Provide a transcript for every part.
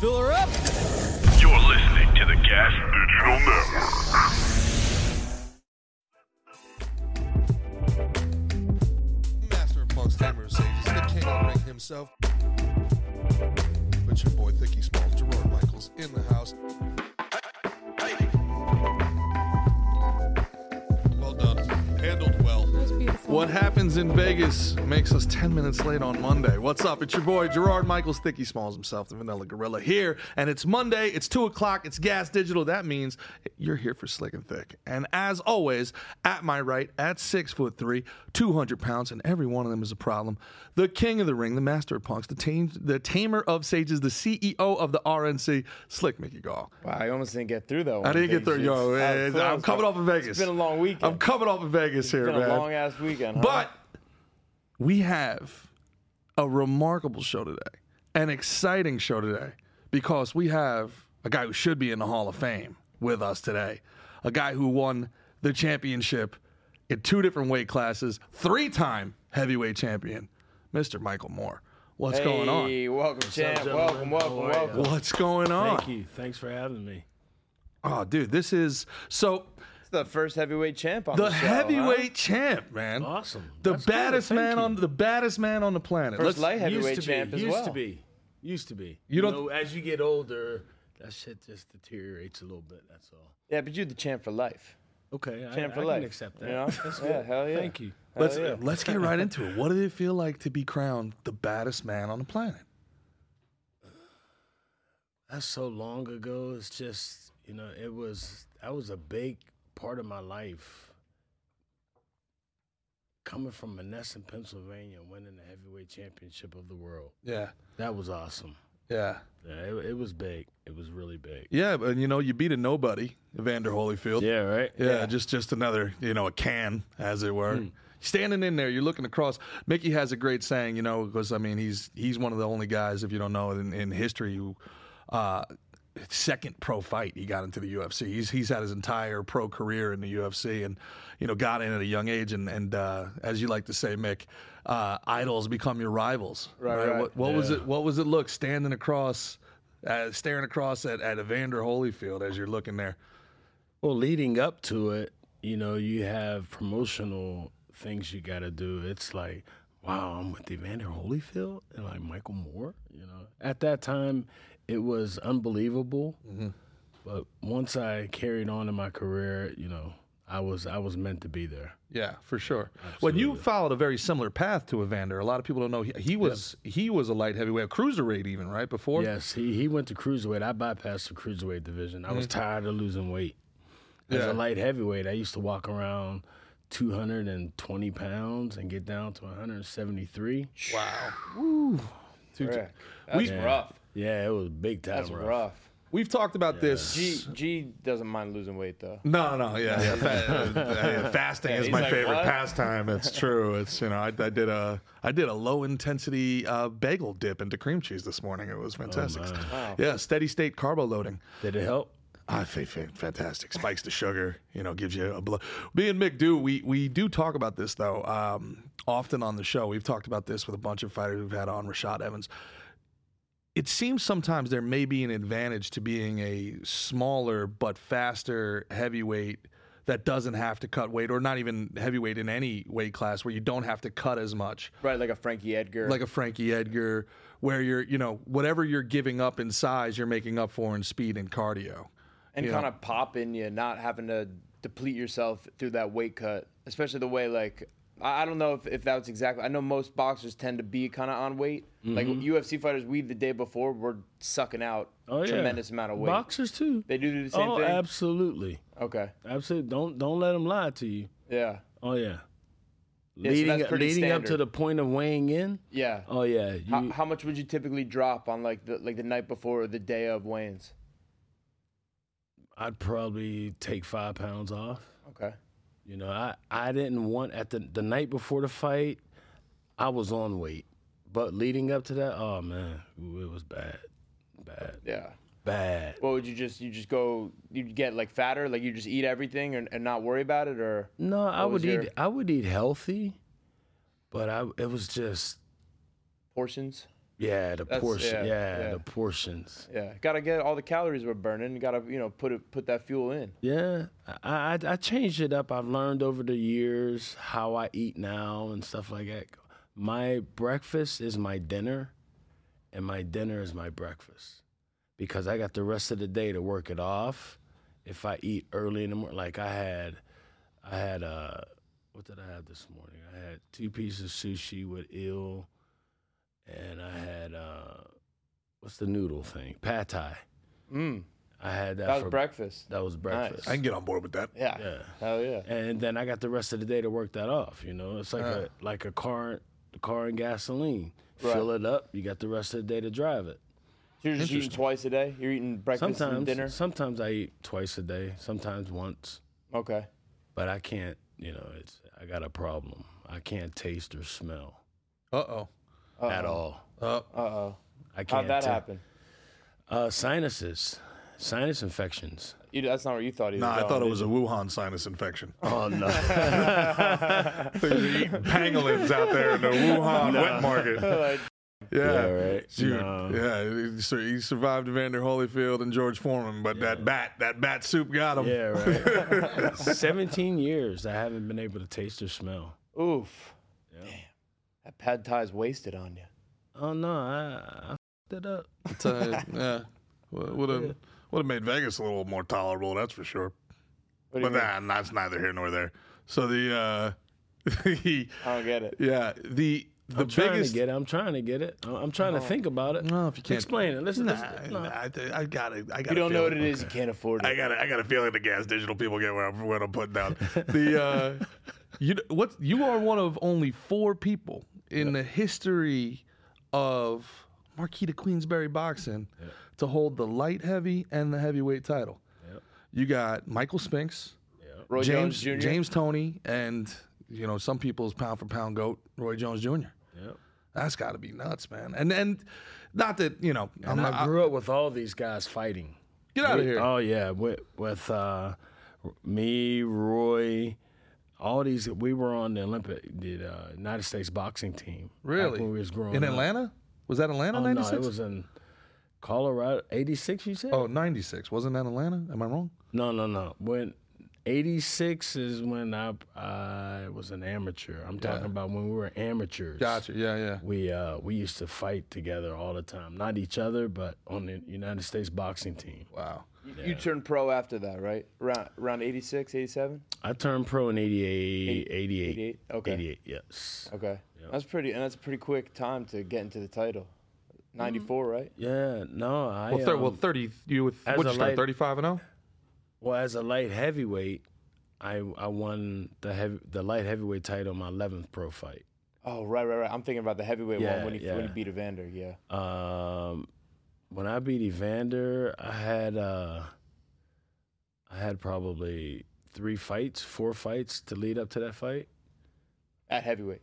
Fill her up. You're listening to the Gas Digital Network. Master amongst hammers, sages, the king of ring himself. But your boy, Thicky Smalls, Gerard Michaels, in the house. Well done. Handled well. What happens in Vegas makes us 10 minutes late on Monday. What's up? It's your boy, Gerard Michaels, Thicky Smalls himself, the Vanilla Gorilla, here. And it's Monday, it's 2 o'clock, it's Gas Digital. That means you're here for Slick and Thick. And as always, at my right, at 6 foot 3, 200 pounds, and every one of them is a problem, the king of the ring, the master of punks, the, tame, the tamer of sages, the CEO of the RNC, Slick Mickey Gall. Wow, I almost didn't get through though. I didn't get there, yo. man. I'm coming off of Vegas. It's been a long weekend. I'm coming off of Vegas here, it's been man. a long ass weekend. Huh? Uh-huh. But we have a remarkable show today, an exciting show today, because we have a guy who should be in the Hall of Fame with us today, a guy who won the championship in two different weight classes, three time heavyweight champion, Mr. Michael Moore. What's hey, going on? welcome, champ. gentlemen? Welcome, welcome, How are ya? welcome. What's going on? Thank you. Thanks for having me. Oh, dude, this is so It's the first heavyweight champ on the the, show, huh? heavyweight champ, man. Awesome. The That's good. baddest Thank man you. on the baddest man on the planet. First Let's- light heavyweight used to champ be, as used well. to be, used to be. You don't- know, as you get older, that shit just deteriorates a little bit. That's all. Yeah, but you're the champ for life. Okay, I, Champ for I life. can accept that. You know? That's Yeah, good. hell yeah. Thank you. Hell Let's yeah. let's get right into it. What did it feel like to be crowned the baddest man on the planet? That's so long ago. It's just you know, it was that was a big part of my life. Coming from Menneson, Pennsylvania, winning the heavyweight championship of the world. Yeah, That was awesome. yeah, Yeah, it, it was big. It was really big. yeah. But you know, you beat a nobody, Evander Holyfield. Yeah, right. Yeah, just just another you know a can as it were. Standing in there, you're looking across. Mickey has a great saying, you know, because I mean he's he's one of the only guys, if you don't know, in, in history who. Uh, Second pro fight, he got into the UFC. He's he's had his entire pro career in the UFC, and you know got in at a young age. And and uh, as you like to say, Mick, uh, idols become your rivals. Right, right. What, what was it? What was it? Look, standing across, uh, staring across at, at Evander Holyfield as you're looking there. Well, leading up to it, you know, you have promotional things you got to do. It's like, wow, I'm with Evander Holyfield and like Michael Moore. You know, at that time, it was unbelievable. But once I carried on in my career, you know, I was I was meant to be there. Yeah, for sure. When you followed a very similar path to Evander, a lot of people don't know he, he was he was a light heavyweight, a cruiserweight even, right? Before Yes, he, he went to cruiserweight. I bypassed the cruiserweight division. I was tired of losing weight. As Yeah. a light heavyweight, I used to walk around 220 pounds and get down to 173. Dude, Correct. That's we- rough. Yeah, it was big time That's rough. rough. we've talked about this. G G doesn't mind losing weight though. no, no, yeah, yeah. Fa- uh, yeah, fasting is he's my like, favorite "What?" pastime. It's true. It's you know I, I did a I did a low intensity uh, bagel dip into cream cheese this morning. It was fantastic. Yeah, steady state carbo loading. Did it help? I think fa- fantastic. Spikes the sugar, you know, gives you a blow. Me and Mick do we we do talk about this though. Um, often on the show, we've talked about this with a bunch of fighters we've had on Rashad Evans. It seems sometimes there may be an advantage to being a smaller but faster heavyweight that doesn't have to cut weight, or not even heavyweight in any weight class where you don't have to cut as much Right, like a Frankie Edgar. like a Frankie Edgar, where you're, you know, whatever you're giving up in size, you're making up for in speed and cardio. and you know. kind of pop in you, not having to deplete yourself through that weight cut, especially the way like I I don't know if, if that was exactly. I know most boxers tend to be kind of on weight. Like Mm-hmm. UFC fighters, we the day before were sucking out Oh yeah, tremendous amount of weight. Boxers too. They do do the same oh, thing. absolutely, okay, absolutely. Don't don't let them lie to you. yeah, Oh yeah. so leading that's pretty leading up to standard. the point of weighing in. yeah. Oh yeah, you, how, how much would you typically drop on like the like the night before or the day of weigh-ins? I'd probably take five pounds off. Okay, You know, I, I didn't want at the the night before the fight, I was on weight. But leading up to that, oh man, ooh, it was bad. Bad. yeah. Bad. What would you just you just go you get like fatter like you just eat everything and, and not worry about it or No, I What was would eat your- I would eat healthy, but I it was just portions? Yeah, the That's- portion. yeah, Yeah, yeah. the portions. Yeah, gotta get all the calories we're burning. Gotta you know put it put that fuel in. Yeah, I, I I changed it up. I've learned over the years how I eat now and stuff like that. My breakfast is my dinner, and my dinner is my breakfast, because I got the rest of the day to work it off. If I eat early in the morning, like I had, I had uh, what did I have this morning? I had two pieces of sushi with eel, and I had uh, what's the noodle thing? Pad thai. Mm, I had that, that was for breakfast. That was breakfast. I can get on board with that. Yeah. Yeah. Hell yeah. and then I got the rest of the day to work that off. You know, it's like Uh. a like a car, the car and gasoline. Fill it up. You got the rest of the day to drive it. So you're just eating twice a day. You're eating breakfast and Sometimes, dinner. sometimes I eat twice a day. Sometimes once, Okay. but I can't. You know, it's I got a problem. I can't taste or smell Uh at all. oh. Uh Uh oh. I can't. How'd that ta- happen? Uh, sinuses, sinus infections. You, that's not what you thought. he Nah, I going, thought it did was a Wuhan sinus infection. Oh no. They're eating pangolins out there in the Wuhan wet market. Yeah. Yeah, right. Dude, No. yeah, he sur- he survived Vander Holyfield and George Foreman, but that bat, that bat soup got him. Yeah, right. Seventeen years I haven't been able to taste or smell. you? Oof. Damn. That pad thai's wasted on you. Oh no, I, I fucked it up. It's, uh, yeah, would have would have made Vegas a little more tolerable, that's for sure. What do you But mean? nah, that's neither here nor there. So the, uh, I don't get it. yeah, the the I'm trying biggest. to get it. I'm trying to get it. I'm, I'm trying to think about it. No, if you can't explain it. Listen, Nah, listen nah, no. I, th- I got it. I got. You don't know what it is. You can't afford I it. got. I got a feeling the gas digital people get what I'm, what I'm putting down. The uh, you what you are one of only four people in the history of Marquis de Queensberry boxing to hold the light heavy and the heavyweight title. Yep. You got Michael Spinks, Roy James Jones Jr. James Tony, and you know some people's pound for pound goat Roy Jones Jr. Yep. That's got to be nuts, man. And and not that you know I'm And not I grew up with all these guys fighting. get out of here. Oh yeah, with with uh, me, Roy, all these. We were on the Olympic, the uh, United States boxing team. back Really? when we was growing in up. Atlanta? Was that Atlanta Oh, no, 96? it was in Colorado. '86, you said? oh, 96. Wasn't that Atlanta? Am I wrong? No, no, no. When '86 is when I I was an amateur. I'm talking about when we were amateurs. Gotcha. Yeah, yeah. we uh we used to fight together all the time not each other but on the united states boxing team Wow. You, you turned pro after that, right? Around, around 86, 87, i turned pro in 88 88 88? Okay. 88 yes Okay. That's pretty, and that's a pretty quick time to get into the title. 94, right? yeah no i Well, thir- well, um, 30. You with as what a you start light- 35 and oh? 0? well as a light heavyweight i i won the heavy the light heavyweight title in my 11th pro fight Oh, right, right, right. I'm thinking about the heavyweight one Yeah, when he, when yeah. he beat Evander. Yeah. um when i beat evander i had uh i had probably three fights four fights to lead up to that fight At heavyweight.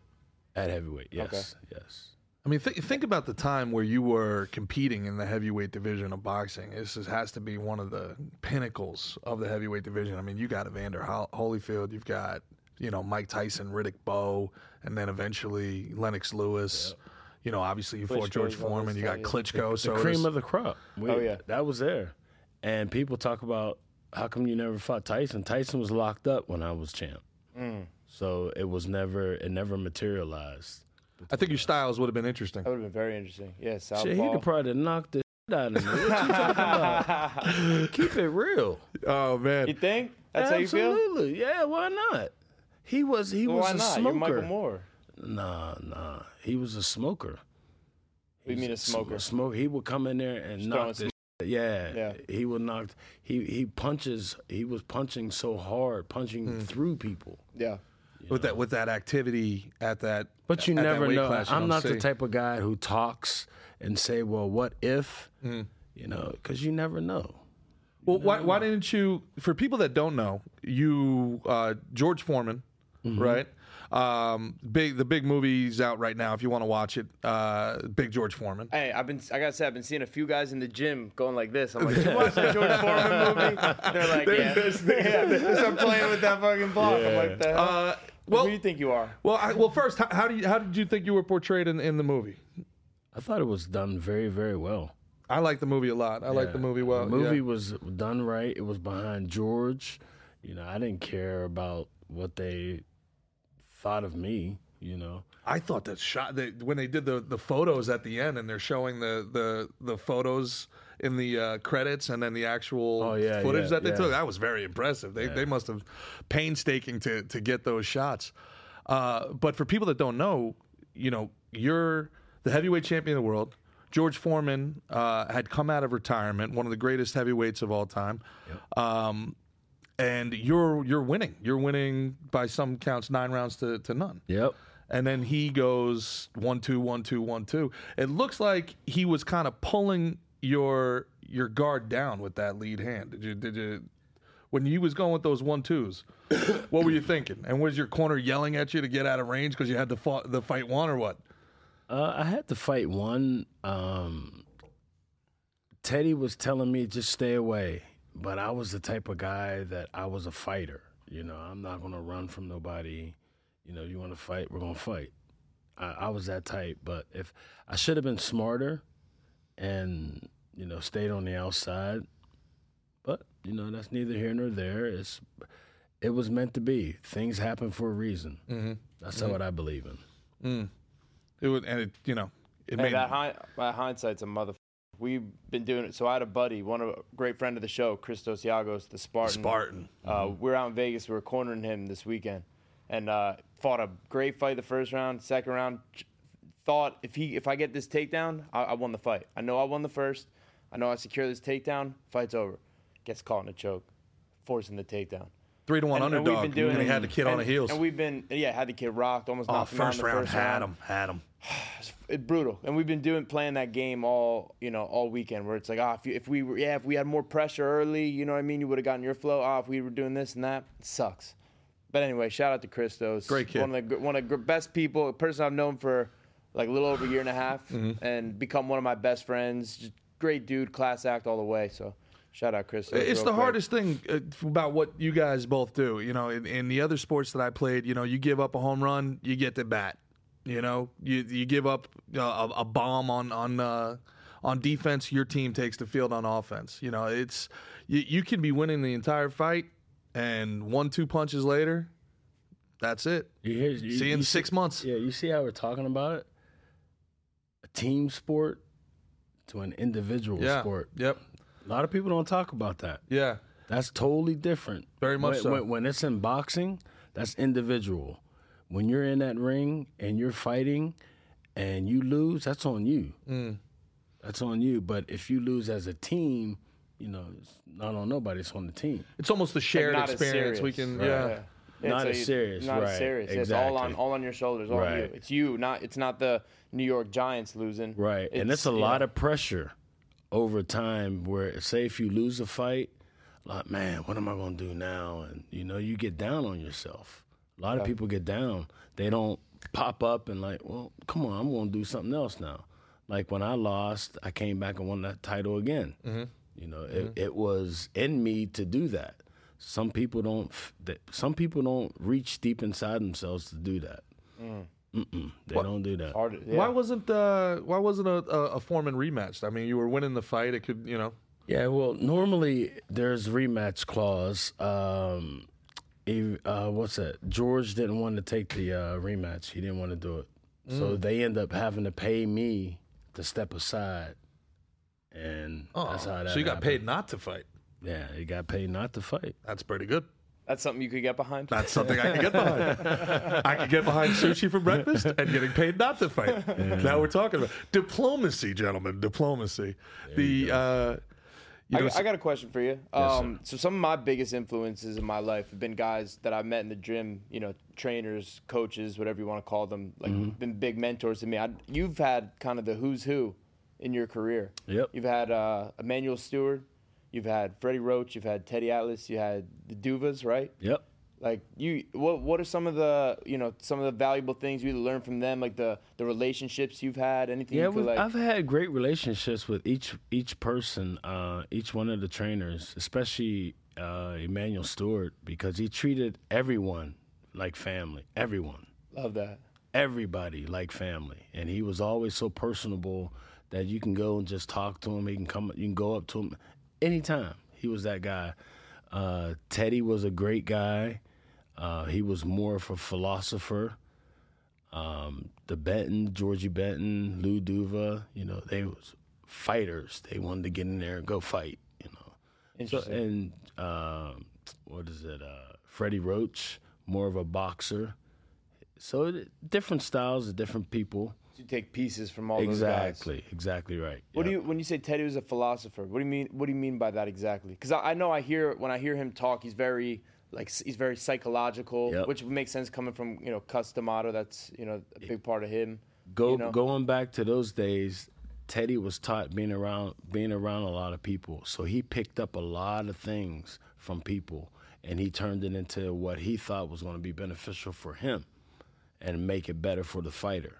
at heavyweight yes yes I mean, th- think about the time where you were competing in the heavyweight division of boxing. This is, has to be one of the pinnacles of the heavyweight division. I mean, you got Evander Hol- Holyfield, you've got you know Mike Tyson, Riddick Bowe, and then eventually Lennox Lewis. You know, obviously you fought George Klitschko's on Foreman, this you got side, yeah. Klitschko. so the it cream was- of the crop. We- Oh, yeah. that was there. And people talk about how come you never fought Tyson? Tyson was locked up when I was champ, Mm. so it was never it never materialized. I think your styles would have been interesting. That would have been very interesting. Yeah, Shit, he Southpaw. could probably knock the shit out of me. What you talking about? Keep it real. Oh man, you think? That's how you feel? Absolutely. Yeah. Why not? He was he Well, was why a not? You're smoker. Michael Moore. Nah, nah. He was a smoker. We mean a Sm- smoker. Smoke. He would come in there and throwing knock this. shit. Yeah, Yeah. He would knock. He he punches. He was punching so hard, punching through people. Yeah. with that with that activity at that. But you at that never weight know. class, you I'm don't not the see. type of guy who talks and say, "Well, what if?" You know, because you never know. Well, why, why didn't you? For people that don't know, you uh, George Foreman, Mm-hmm. right? Um, big the big movie's out right now. If you want to watch it, uh, Big George Foreman. Hey, I've been, I gotta say, I've been seeing a few guys in the gym going like this. I'm like, did you watch that George Foreman movie? They're like, yeah. yeah. They start playing with that fucking block. I'm like, the hell? Uh, Who well, do you think you are? well, I, well. First, how, how do you, how did you think you were portrayed in, in the movie? I thought it was done very, very well. I like the movie a lot. I like the movie well. The movie yeah. was done right. It was behind George. You know, I didn't care about what they thought of me. You know, I thought that shot that when they did the the photos at the end and they're showing the the the photos in the uh, credits and then the actual Oh, yeah, footage yeah, that they yeah. took that was very impressive. They they must have painstaking to to get those shots. Uh, but for people that don't know, you know, you're the heavyweight champion of the world. George Foreman uh, had come out of retirement, one of the greatest heavyweights of all time. Um, and you're you're winning. You're winning by some counts nine rounds to, to none. yep. And then he goes one two one two one two. It looks like he was kind of pulling your your guard down with that lead hand. Did you did you when you was going with those one twos? what were you thinking? And was your corner yelling at you to get out of range because you had to fought, the fight one or what? Uh, I had to fight one. Um, Teddy was telling me just stay away, but I was the type of guy that I was a fighter. You know, I'm not gonna run from nobody. You know, you want to fight, we're gonna fight. I, I was that type, but if I should have been smarter, and you know, stayed on the outside, but you know, that's neither here nor there. It's it was meant to be. Things happen for a reason. Mm-hmm. That's what I believe in. It would, and it you know it Hey, made that, hind- that hindsight's a mother. We've been doing it. So I had a buddy, one of a great friend of the show, Christos Yagos, the Spartan. Spartan. Uh, we were out in Vegas. We were cornering him this weekend, and uh, fought a great fight the first round, second round. ch- Thought if he if I get this takedown, I, I won the fight. I know I won the first. I know I secure this takedown. Fight's over. Gets caught in a choke, forcing the takedown. three to one underdog. And, he had the kid on and- the heels. And we've been yeah had the kid rocked almost oh, knocked him out in first the round first had round him had him. it, brutal. And we've been doing playing that game all you know all weekend, where it's like, ah, if, you, if we were, yeah, if we had more pressure early, you know what I mean, you would have gotten your flow. Ah, if we were doing this and that, it sucks. But anyway, shout out to Christos, Great kid. one of the gr- one of the gr- best people, a person I've known for like a little over a year and a half, Mm-hmm. and become one of my best friends. Just great dude, class act all the way. So. Shout out, Christos. Uh, It's real the quick. hardest thing uh, about what you guys both do. You know, in, in the other sports that I played, you know, you give up a home run, you get to bat. You know, you you give up uh, a, a bomb on on uh, on defense, your team takes the field on offense. You know, it's you, you can be winning the entire fight, and one two punches later, that's it. You hear, you, See you in you six months. Yeah, you see how we're talking about it? A team sport to an individual Yeah. sport. Yep. A lot of people don't talk about that. Yeah. That's totally different. Very much when, so. When, when it's in boxing, that's individual. When you're in that ring and you're fighting and you lose, that's on you. Mm. That's on you. But if you lose as a team, you know, it's not on nobody, it's on the team. It's almost the shared not as experience. serious, We can. right. Yeah. Yeah, Not so as you- serious, Not right, as serious. It's all on exactly. all on your shoulders. All on you. Right. It's you. Not it's not the New York Giants losing. Right. and it's a yeah. lot of pressure over time where say if you lose a fight, like, man, what am I gonna do now? And you know, you get down on yourself. A lot of people get down. They don't pop up and like, well, come on, I'm gonna do something else now. Like when I lost, I came back and won that title again. You know, it, it was in me to do that. Some people don't. f- that- Some people don't reach deep inside themselves to do that. Mm-mm, they don't do that. Hard- yeah. Why wasn't uh, why wasn't a, a, a Foreman rematched? I mean, you were winning the fight. It could, you know, Yeah, well, normally there's rematch clause. Um, if- uh, what's that? George didn't want to take the uh, rematch. He didn't want to do it, Mm. so they end up having to pay me to step aside, and that's how that. Oh, so you got happened. paid not to fight. Yeah, he got paid not to fight. That's pretty good. That's something you could get behind. That's something I can get behind. I can get behind sushi for breakfast and getting paid not to fight. Now we're talking about diplomacy, gentlemen. Diplomacy. the uh, you know, I, I got a question for you. Um, so some of my biggest influences in my life have been guys that I've met in the gym. You know, trainers, coaches, whatever you want to call them. Like Mm-hmm. been big mentors to me. I, you've had kind of the who's who in your career. Yep. You've had uh, Emmanuel Stewart. You've had Freddie Roach. You've had Teddy Atlas. You had the Duvas, right? Yep. like you what what are some of the you know some of the valuable things you learned from them like the the relationships you've had anything Yeah, you could we've, like I've had great relationships with each each person, uh, each one of the trainers, especially uh, Emmanuel Stewart, because he treated everyone like family. Everyone. love that everybody like family, and he was always so personable that you can go and just talk to him. He can come, you can go up to him anytime. He was that guy. Uh, Teddy was a great guy. Uh, he was more of a philosopher. Um, the Benton, Georgie Benton, Lou Duva, you know, they was fighters. They wanted to get in there and go fight, you know. So, Interesting. and um, what is it? Uh, Freddie Roach, more of a boxer. So it, different styles of different people. you take pieces from all those guys. exactly, exactly right. What do you when you say Teddy was a philosopher? What do you mean? What do you mean by that exactly? Because I, I know I hear when I hear him talk, he's very like s- he's very psychological, Yep. which makes sense coming from you know Customato. That's you know a big part of him. Go you know? going back to those days, Teddy was taught being around being around a lot of people, so he picked up a lot of things from people, and he turned it into what he thought was going to be beneficial for him, and make it better for the fighter.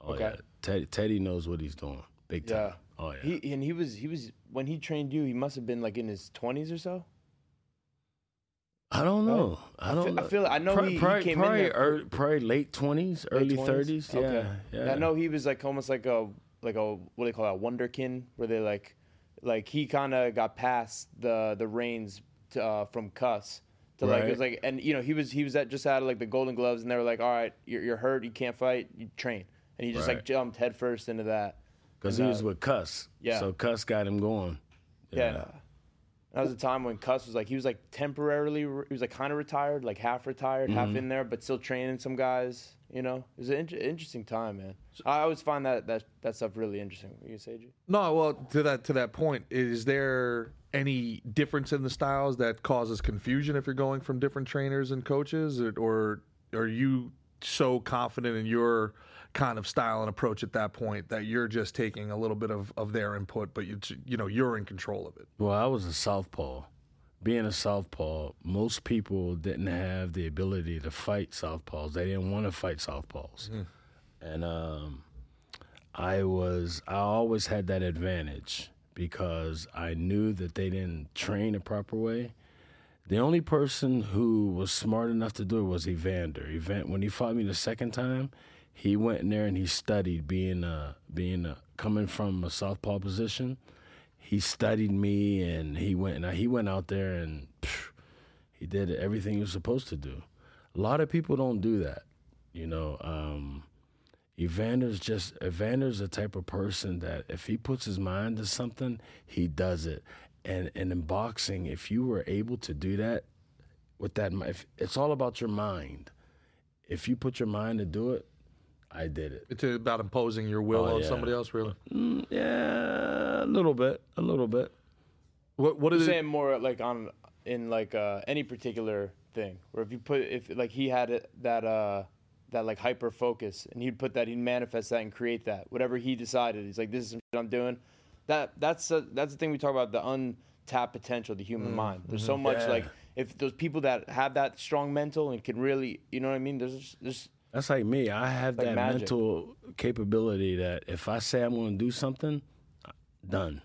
Oh Okay. yeah, Teddy, Teddy knows what he's doing, big time. Yeah. Oh yeah, He and he was he was when he trained you, he must have been like in his twenties or so. I don't know. I don't. feel- I know. feel- I know Pro- he- he probably, came in probably, there- ear- probably late twenties, early 20s? thirties. Yeah, Okay. yeah. I know he was like almost like a like a what do they call that wonderkin, where they like like he kind of got past the the reins to, uh, from Cuss to like it was Right. like and you know he was he was at just out of like the Golden Gloves and they were like all right you're, you're hurt you can't fight you train and he just Right. like jumped headfirst into that because And, he uh, was with Cuss. yeah. So Cuss got him going. yeah. That was a time when Cuss was like he was like temporarily re- he was like kind of retired like half retired half in there but still training some guys you know it was an inter- interesting time man I always find that that that stuff really interesting you say Jay? No, well, to that to that point, is there any difference in the styles that causes confusion if you're going from different trainers and coaches, or, or are you so confident in your kind of style and approach at that point that you're just taking a little bit of, of their input, but you you know you're in control of it? Well, I was a southpaw. Being a southpaw, most people didn't have the ability to fight southpaws. They didn't want to fight southpaws, and um, I was I always had that advantage because I knew that they didn't train the proper way. The only person who was smart enough to do it was Evander. Event when he fought me the second time, he went in there and he studied being a being a, coming from a southpaw position he studied me and he went and he went out there and phew, he did everything he was supposed to do. A lot of people don't do that, you know. Um, Evander's just Evander's the type of person that if he puts his mind to something, he does it. And and in boxing, if you were able to do that with that, mi- if, it's all about your mind. If you put your mind to do it, I did it. It's about imposing your will Oh, on yeah. somebody else, really. Yeah, a little bit, a little bit. What what I'm is it? saying more like on in like uh, any particular thing where if you put if like he had it- that uh that like hyper focus and he'd put that he'd manifest that and create that whatever he decided he's like this is some shit I'm doing that that's a, that's the thing we talk about the untapped potential of the human mind there's so much Mm-hmm. Yeah. like if those people that have that strong mental and can really you know what I mean there's there's That's like me. I have Like that magic. mental capability that if I say I'm going to do something, done.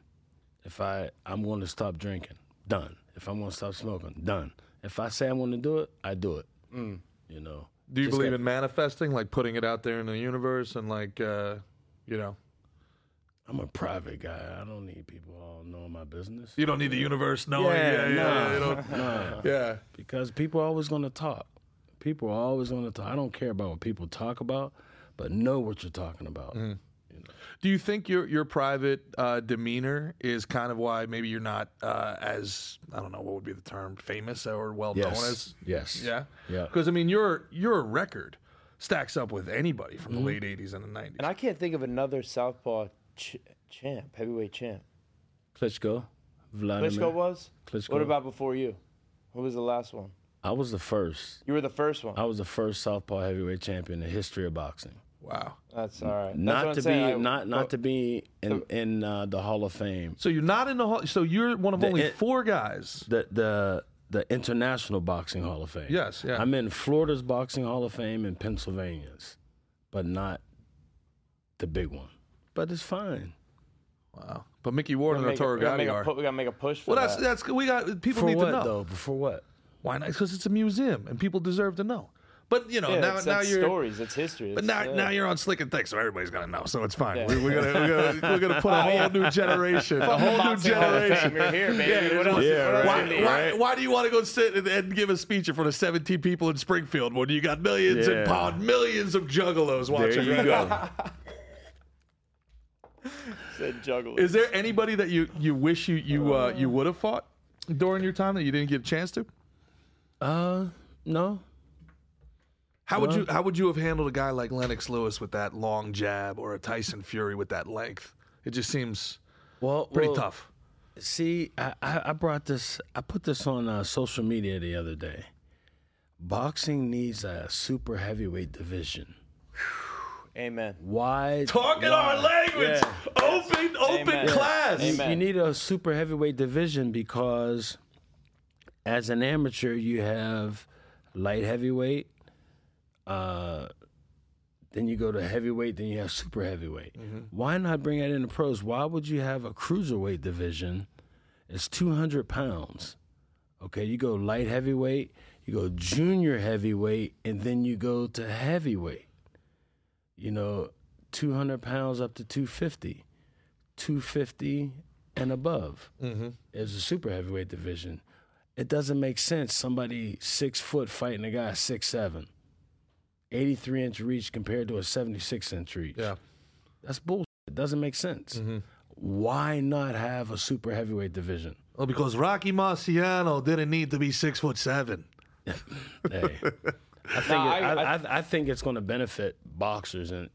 If I I'm going to stop drinking, done. If I'm going to stop smoking, done. If I say I'm going to do it, I do it. Mm. You know. Do you Just believe got- in manifesting, like putting it out there in the universe, and like uh, you know, I'm a private guy. I don't need people all knowing my business. you don't need the universe knowing. Yeah, Yeah, yeah, no. you don't- No, yeah. because people are always going to talk. People are always going to talk. I don't care about what people talk about, but know what you're talking about. Mm. Do you think your your private uh, demeanor is kind of why maybe you're not uh, as I don't know what would be the term famous or well known Yes. as Yes. yeah Yeah. because I mean your your record stacks up with anybody from Mm-hmm. the late '80s and the '90s. and I can't think of another southpaw ch- champ heavyweight champ Klitschko, Vladimir. Klitschko was Klitschko. what about before you who was the last one I was the first. You were the first one. I was the first southpaw heavyweight champion in the history of boxing. wow. That's all right. That's what Not I'm to be saying. I- not not to be in in uh, the Hall of Fame. So you're not in the hall. So you're one of only it- four guys. The the the International Boxing Hall of Fame. Yes, yeah. I'm in Florida's Boxing Hall of Fame and Pennsylvania's, but not the big one. But it's fine. Wow. But Mickey Ward and make a- Arturo we gotta make Gatti a are. pu- we gotta make a push for Well, that's that. that's we got people For need what to know though? For what? why not because it's a museum and people deserve to know. But you know, Yeah, now that's, now that's you're stories. That's history. but now, that's, yeah. now you're on slick and thick, so everybody's gonna know. So it's fine. Yeah. We, we're, gonna, we're gonna we're gonna put a whole new generation, a whole new Boxing Hall of generation. Famer here, baby. Yeah, what else? yeah, what else right, you Why, need? why, why do you want to go sit and, and give a speech in front of 17 people in Springfield when you got millions and Yeah. pound millions of juggalos watching? There you right now? go. Said juggler. Is there anybody that you you wish you you uh, you would have fought during your time that you didn't get a chance to? uh, no. How would you how would you have handled a guy like Lennox Lewis with that long jab or a Tyson Fury with that length? It just seems Well, pretty well, tough. See, I, I I brought this. I put this on uh, social media the other day. Boxing needs a super heavyweight division. Amen. Why? Talking our language. Yeah. Open open Amen. class. Yeah. Amen. You need a super heavyweight division because as an amateur you have light heavyweight, uh then you go to heavyweight, then you have super heavyweight. Why not bring that into pros? Why would you have a cruiserweight division? It's 200 pounds. Okay, you go light heavyweight, you go junior heavyweight, and then you go to heavyweight. You know, 200 pounds up to 250. 250 and above Mm-hmm. is a super heavyweight division. It doesn't make sense somebody six foot fighting a guy six seven. 83 inch reach compared to a 76 inch reach. Yeah. Mm-hmm. That's bullshit. It doesn't make sense. Why not have a super heavyweight division? Well, because Rocky Marciano didn't need to be six foot seven. Hey, I think No, it- I- I, I- I- I think it's going to benefit boxers and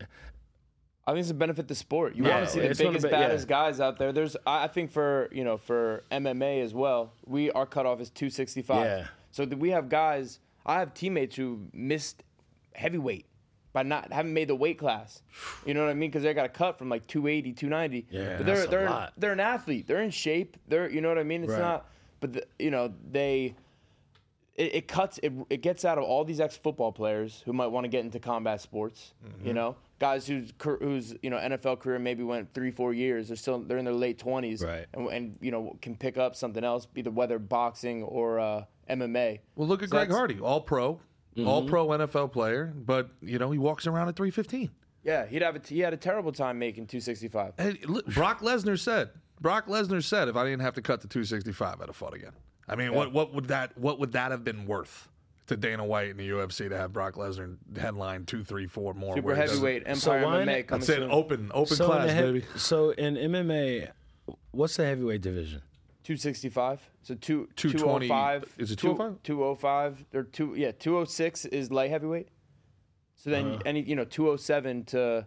I think it's a benefit the sport. You Yeah, want to see the it's gonna biggest, be- yeah. baddest guys out there. There's, I I think for you know for MMA as well, we our cutoff is 265. Yeah. So that we have guys. I have teammates who missed heavyweight by not haven't made the weight class. You know what I mean? Because they got a cut from like 280, 290. Yeah, But they're that's a they're lot. they're an athlete. They're in shape. They're you know what I mean. It's Right. not. But the, you know they it, it cuts it, it gets out of all these ex-football players who might want to get into combat sports you know guys whose car- whose you know nfl career maybe went three four years they're still they're in their late 20s Right. and, and you know can pick up something else either whether boxing or uh, mma Well, look at So Greg that's- Hardy, all pro, all pro NFL player, but you know he walks around at three fifteen. yeah he'd have a t- he had a terrible time making 265 Hey, look, Brock Lesnar said. Brock Lesnar said, if I didn't have to cut to 265, I'd have fought again. I mean, what what would that what would that have been worth to Dana White and the UFC to have Brock Lesnar headline two, three, four more? super where he doesn't- heavyweight empire So why mma not- coming That's it. soon Open open so in, class, the hev- baby. so in MMA, what's the heavyweight division? 265 so two, 220 205 is it oh two- 205? 205 or two yeah 206 is light heavyweight so then Uh-huh. any you know 207 to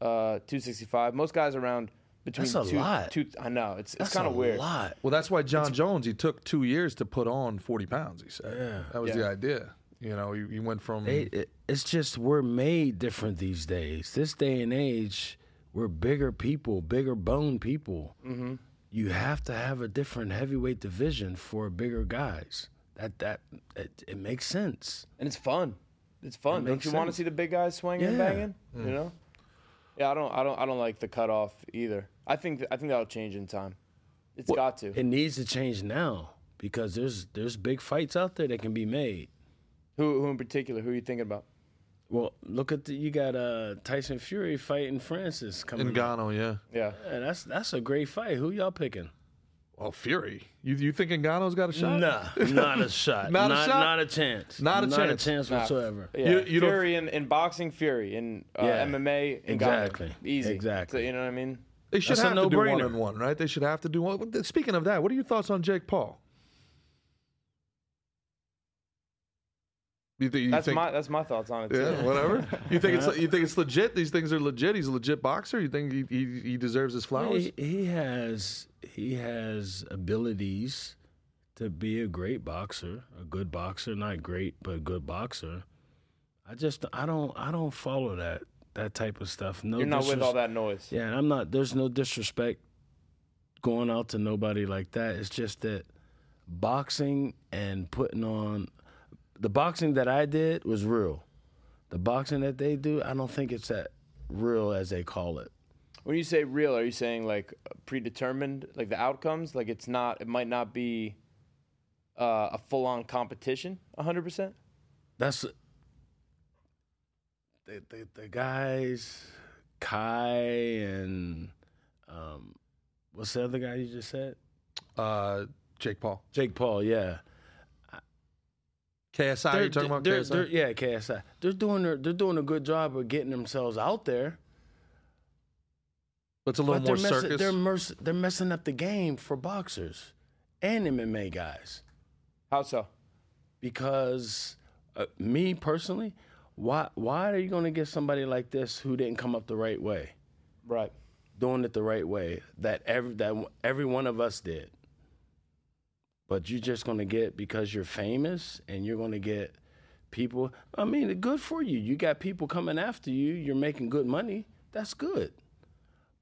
uh 265 most guys around between That's a two, lot. two i know it's That's it's kind a of weird lot. Well, that's why John Jones he took two years to put on 40 pounds. He said that was the Yeah. idea. You know, he, he went from It, it, it's just we're made different these days. This day and age, we're bigger people, bigger bone people. Mm-hmm. You have to have a different heavyweight division for bigger guys. That that it, it makes sense. and it's fun it's fun don't makes you want to sense. see the big guys swinging and Yeah. Mm. banging you know yeah i don't i don't i don't like the cutoff either i think i think that'll change in time It's got to It needs to change now because there's there's big fights out there that can be made. who who in particular who are you thinking about Well, look at the, you got uh, Tyson Fury fighting Francis coming. up. Ngannou, yeah. yeah Yeah, that's that's a great fight. Who y'all picking? Oh, Fury. You you think Ngannou's got a shot? Nah, not a shot. Not a shot? Not a chance. Not a chance. Not a chance Nah. whatsoever. Yeah, You- you don't- Fury in, in boxing, Fury in uh, Yeah. MMA, in Exactly. Ghana. easy, Exactly. So, you know what I mean? They should That's a have to do one no-brainer. on one, right? They should have to do one. Speaking of that, what are your thoughts on Jake Paul? You think, you That's think- my that's my thoughts on it. Too. yeah, whatever. You think it's you think it's legit? These things are legit. He's a legit boxer. You think he he, he deserves his flowers? He, he has he has abilities to be a great boxer, a good boxer, not great but a good boxer. I just I don't I don't follow that that type of stuff. No, You're not with disres- all that noise. Yeah, and I'm not. There's no disrespect going out to nobody like that. It's just that boxing and putting on the boxing that I did was real. The boxing that they do, I don't think it's that real as they call it. When you say real, are you saying like predetermined, like the outcomes? Like it's not, it might not be uh, a full on competition, 100. percent That's the, the, the guys, Kai and um, what's the other guy you just said? Uh, Jake Paul, Jake Paul, yeah. KSI. Are you talking about they're- KSI? they're- yeah, KSI. They're doing their, they're doing a good job of getting themselves out there. it's a little but more they're messing, circus. They're, merc- they're messing up the game for boxers and MMA guys How so? because uh, me personally, why why are you going to get somebody like this who didn't come up the right way, Right. doing it the right way that every that every one of us did? But you're just going to get because you're famous and you're going to get people. I mean, good for you. You got people coming after you. You're making good money. That's good.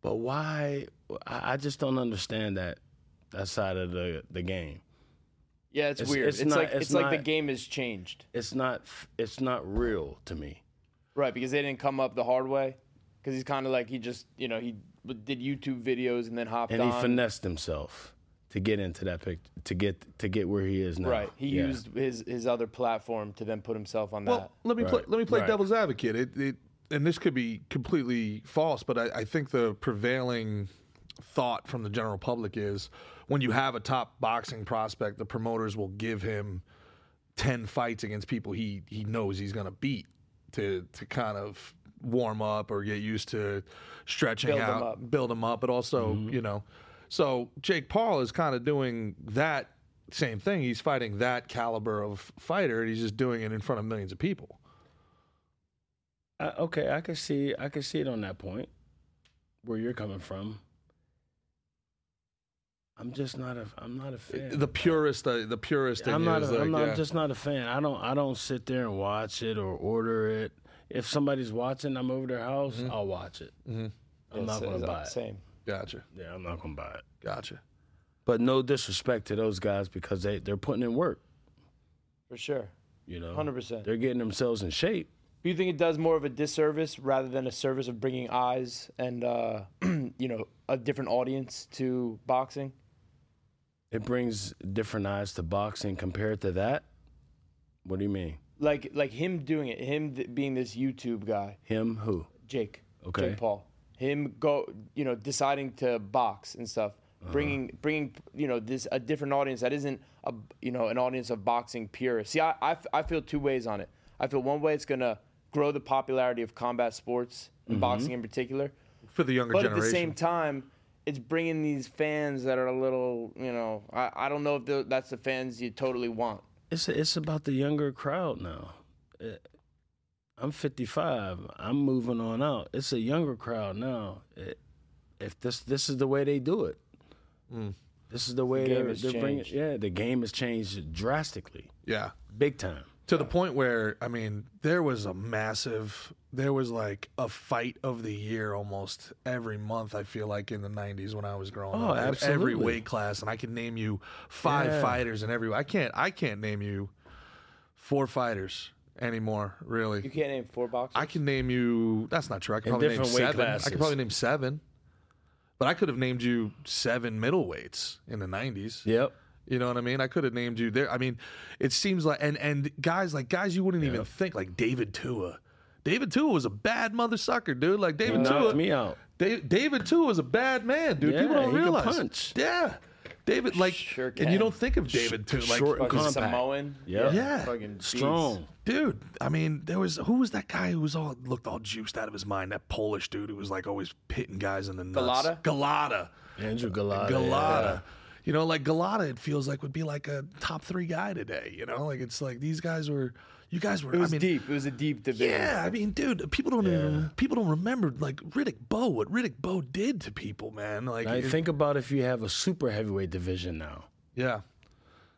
But why? I I just don't understand that that side of the the game. Yeah, it's, It's- weird. it's It's, not- like it's it's, like not- the game has changed. It's not f- it's not real to me. Right, because they didn't come up the hard way. Because he's kind of like he just you know he did YouTube videos and then hopped and on. he finessed himself to get into that pic to get to get where he is now. Right. He Yeah. used his his other platform to then put himself on Well, let me play, Right, let me play right. devil's advocate. It, it, and this could be completely false, but I, I think the prevailing thought from the general public is when you have a top boxing prospect, the promoters will give him ten fights against people he he knows he's going to beat to to kind of warm up or get used to stretching Build 'em out, up. build him up, but also Mm-hmm. you know, so Jake Paul is kind of doing that same thing. He's fighting that caliber of fighter, and he's just doing it in front of millions of people. I, okay, I could see I could see it on that point where you're coming from. I'm just not a I'm not a fan. The purest, uh, the purest thing I'm not. A, is like, I'm not yeah. just not a fan. I don't. I don't sit there and watch it or order it. If somebody's watching, I'm over their house. Mm-hmm. I'll watch it. I'm not gonna buy it. Same. gotcha, Yeah, I'm not gonna buy it. gotcha. But no disrespect to those guys because they they're putting in work. For sure. You know, 100%. They're getting themselves in shape. Do you think it does more of a disservice rather than a service of bringing eyes and uh, you know a different audience to boxing? It brings different eyes to boxing compared to that. What do you mean? Like like him doing it, him th- being this YouTube guy, Him who? Jake, Okay. Jake Paul, him go you know deciding to box and stuff, bringing bringing you know this a different audience that isn't a you know an audience of boxing purists. See, I I f- I feel two ways on it. I feel one way it's gonna grow the popularity of combat sports and boxing in particular. For the younger but generation, at the same time it's bringing these fans that are a little you know i, I don't know if tho- that's the fans you totally want It's it's about the younger crowd now. Eh, I'm 55. I'm moving on out. It's a younger crowd now. Eh, If this this is the way they do it, Hmm. this is the way game they're, has they're bringing. changed. Yeah, the game has changed drastically, yeah. big time. to the point where I mean, there was a massive, there was like a fight of the year almost every month. I feel like in the '90s when I was growing Oh, up, Ev- every absolutely. weight class, and I can name you five Yeah. fighters in every. I can't, I can't name you four fighters anymore. Really, you can't name four boxers I can name you. That's not true. I could probably name different weight seven. I classes. could probably name seven, but I could have named you seven middleweights in the '90s. Yep. You know what I mean? I could have named you there. I mean, it seems like and and guys like guys you wouldn't even think like David Tua. David Tua was a bad mother sucker, dude. Like David Tua, Knocked me out. Da- David Tua was a bad man, dude. Yeah, People don't he could realize. punch. Yeah, David. Like, Sure and you can. don't think of David Tua. Like, short and Fucking compact. samoan Yep. Yeah. fucking beast. Strong. dude. I mean, there was who was that guy who was all looked all juiced out of his mind? That Polish dude who was like always hitting guys in the nuts. Galata? Galata. Andrew Galata. yeah. Galata. You know, like Galata, it feels like would be like a top three guy today. You know, like it's like these guys were, you guys were. it was I mean, deep it was a deep division Yeah, I mean, dude, people don't even, people don't remember like Riddick Bowe, what Riddick Bowe did to people, man. Like, I it- think about if you have a super heavyweight division now yeah. Mm-hmm.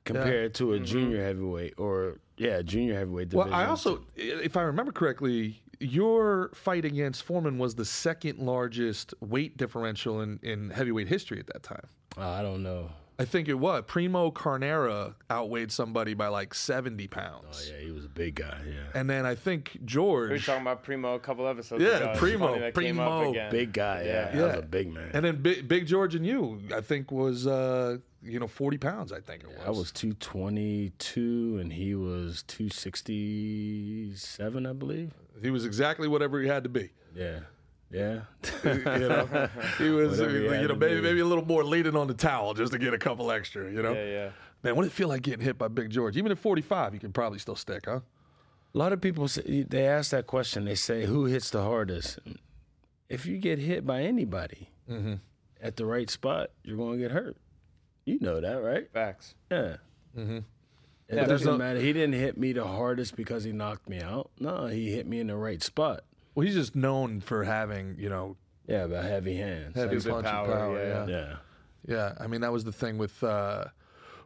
compared to a junior heavyweight or yeah, junior heavyweight division. Well, I also, if I remember correctly, your fight against Foreman was the second largest weight differential in, in heavyweight history at that time. Uh, I don't know. I think it was Primo Carnera outweighed somebody by like 70 pounds. Yeah, he was a big guy. Oh, Yeah, And then I think We were George. talking about Primo a couple episodes Yeah, ago. It's Primo, funny that came up Primo, again. big guy. Yeah, Yeah. that was Yeah. a big man. And then Big, Big George and you, I think, was, uh, you know, 40 pounds, I think it was. I was 222 and he was 267, I believe. He was exactly whatever he had to be. Yeah. Yeah. you know, he was, Whatever he you had know, to maybe, be. maybe a little more leaning on the towel just to get a couple extra, you know? Yeah, yeah. Man, what did it feel like getting hit by Big George? Even at 45, you can probably still stick, huh? a lot of people say, they ask that question. They say, "Who hits the hardest?" If you get hit by anybody at the right spot, you're going to get hurt. You know that, right? Facts. Yeah. Mm-hmm. It Yeah, doesn't no- matter. He didn't hit me the hardest because he knocked me out. No, he hit me in the right spot. Well, he's just known for having, you know, Yeah, but heavy hands. heavy Stupid punching power. power, yeah. yeah. yeah. Yeah, I mean that was the thing with uh,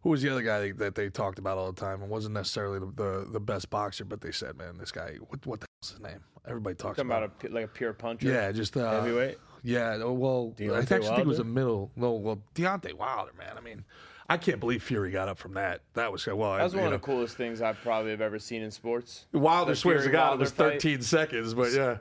who was the other guy that they talked about all the time, and wasn't necessarily the, the, the best boxer, but they said, man, this guy, what what the hell's his name? Everybody talks Talking about. about him. a, pu- like a pure puncher. yeah, just uh, Heavyweight? Yeah, oh, well, I Deontay actually think it was a Wilder? middle. Well, well, Deontay Wilder, man. I mean, I can't believe Fury got up from that. That was well, That was you one of know, the coolest things I probably have ever seen in sports. Wilder the swears to Fury God it Wilder was fight. 13 seconds, but yeah,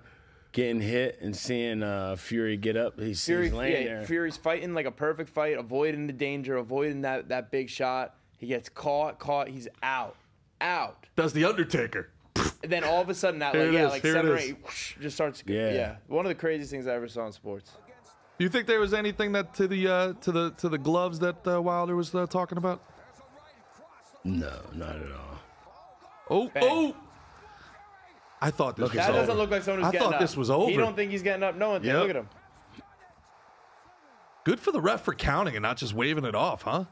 Getting hit and seeing uh, Fury get up. He's, Fury, he's laying yeah, there. Fury's fighting like a perfect fight, avoiding the danger, avoiding that, that big shot. He gets caught, caught. He's out, out. does the Undertaker. And then all of a sudden, that Here like it yeah, is, like here it seven or is. eight whoosh, just starts. Yeah. Yeah. one of the craziest things I ever saw in sports. Do you think there was anything that to the uh, to the to the gloves that uh, Wilder was uh, talking about? No, not at all. Oh, Bang. oh! I thought this was That over. doesn't look like someone who's I getting thought up. this was over. He don't think he's getting up. No one thinks. Yep. Look at him. Good for the ref for counting and not just waving it off, huh?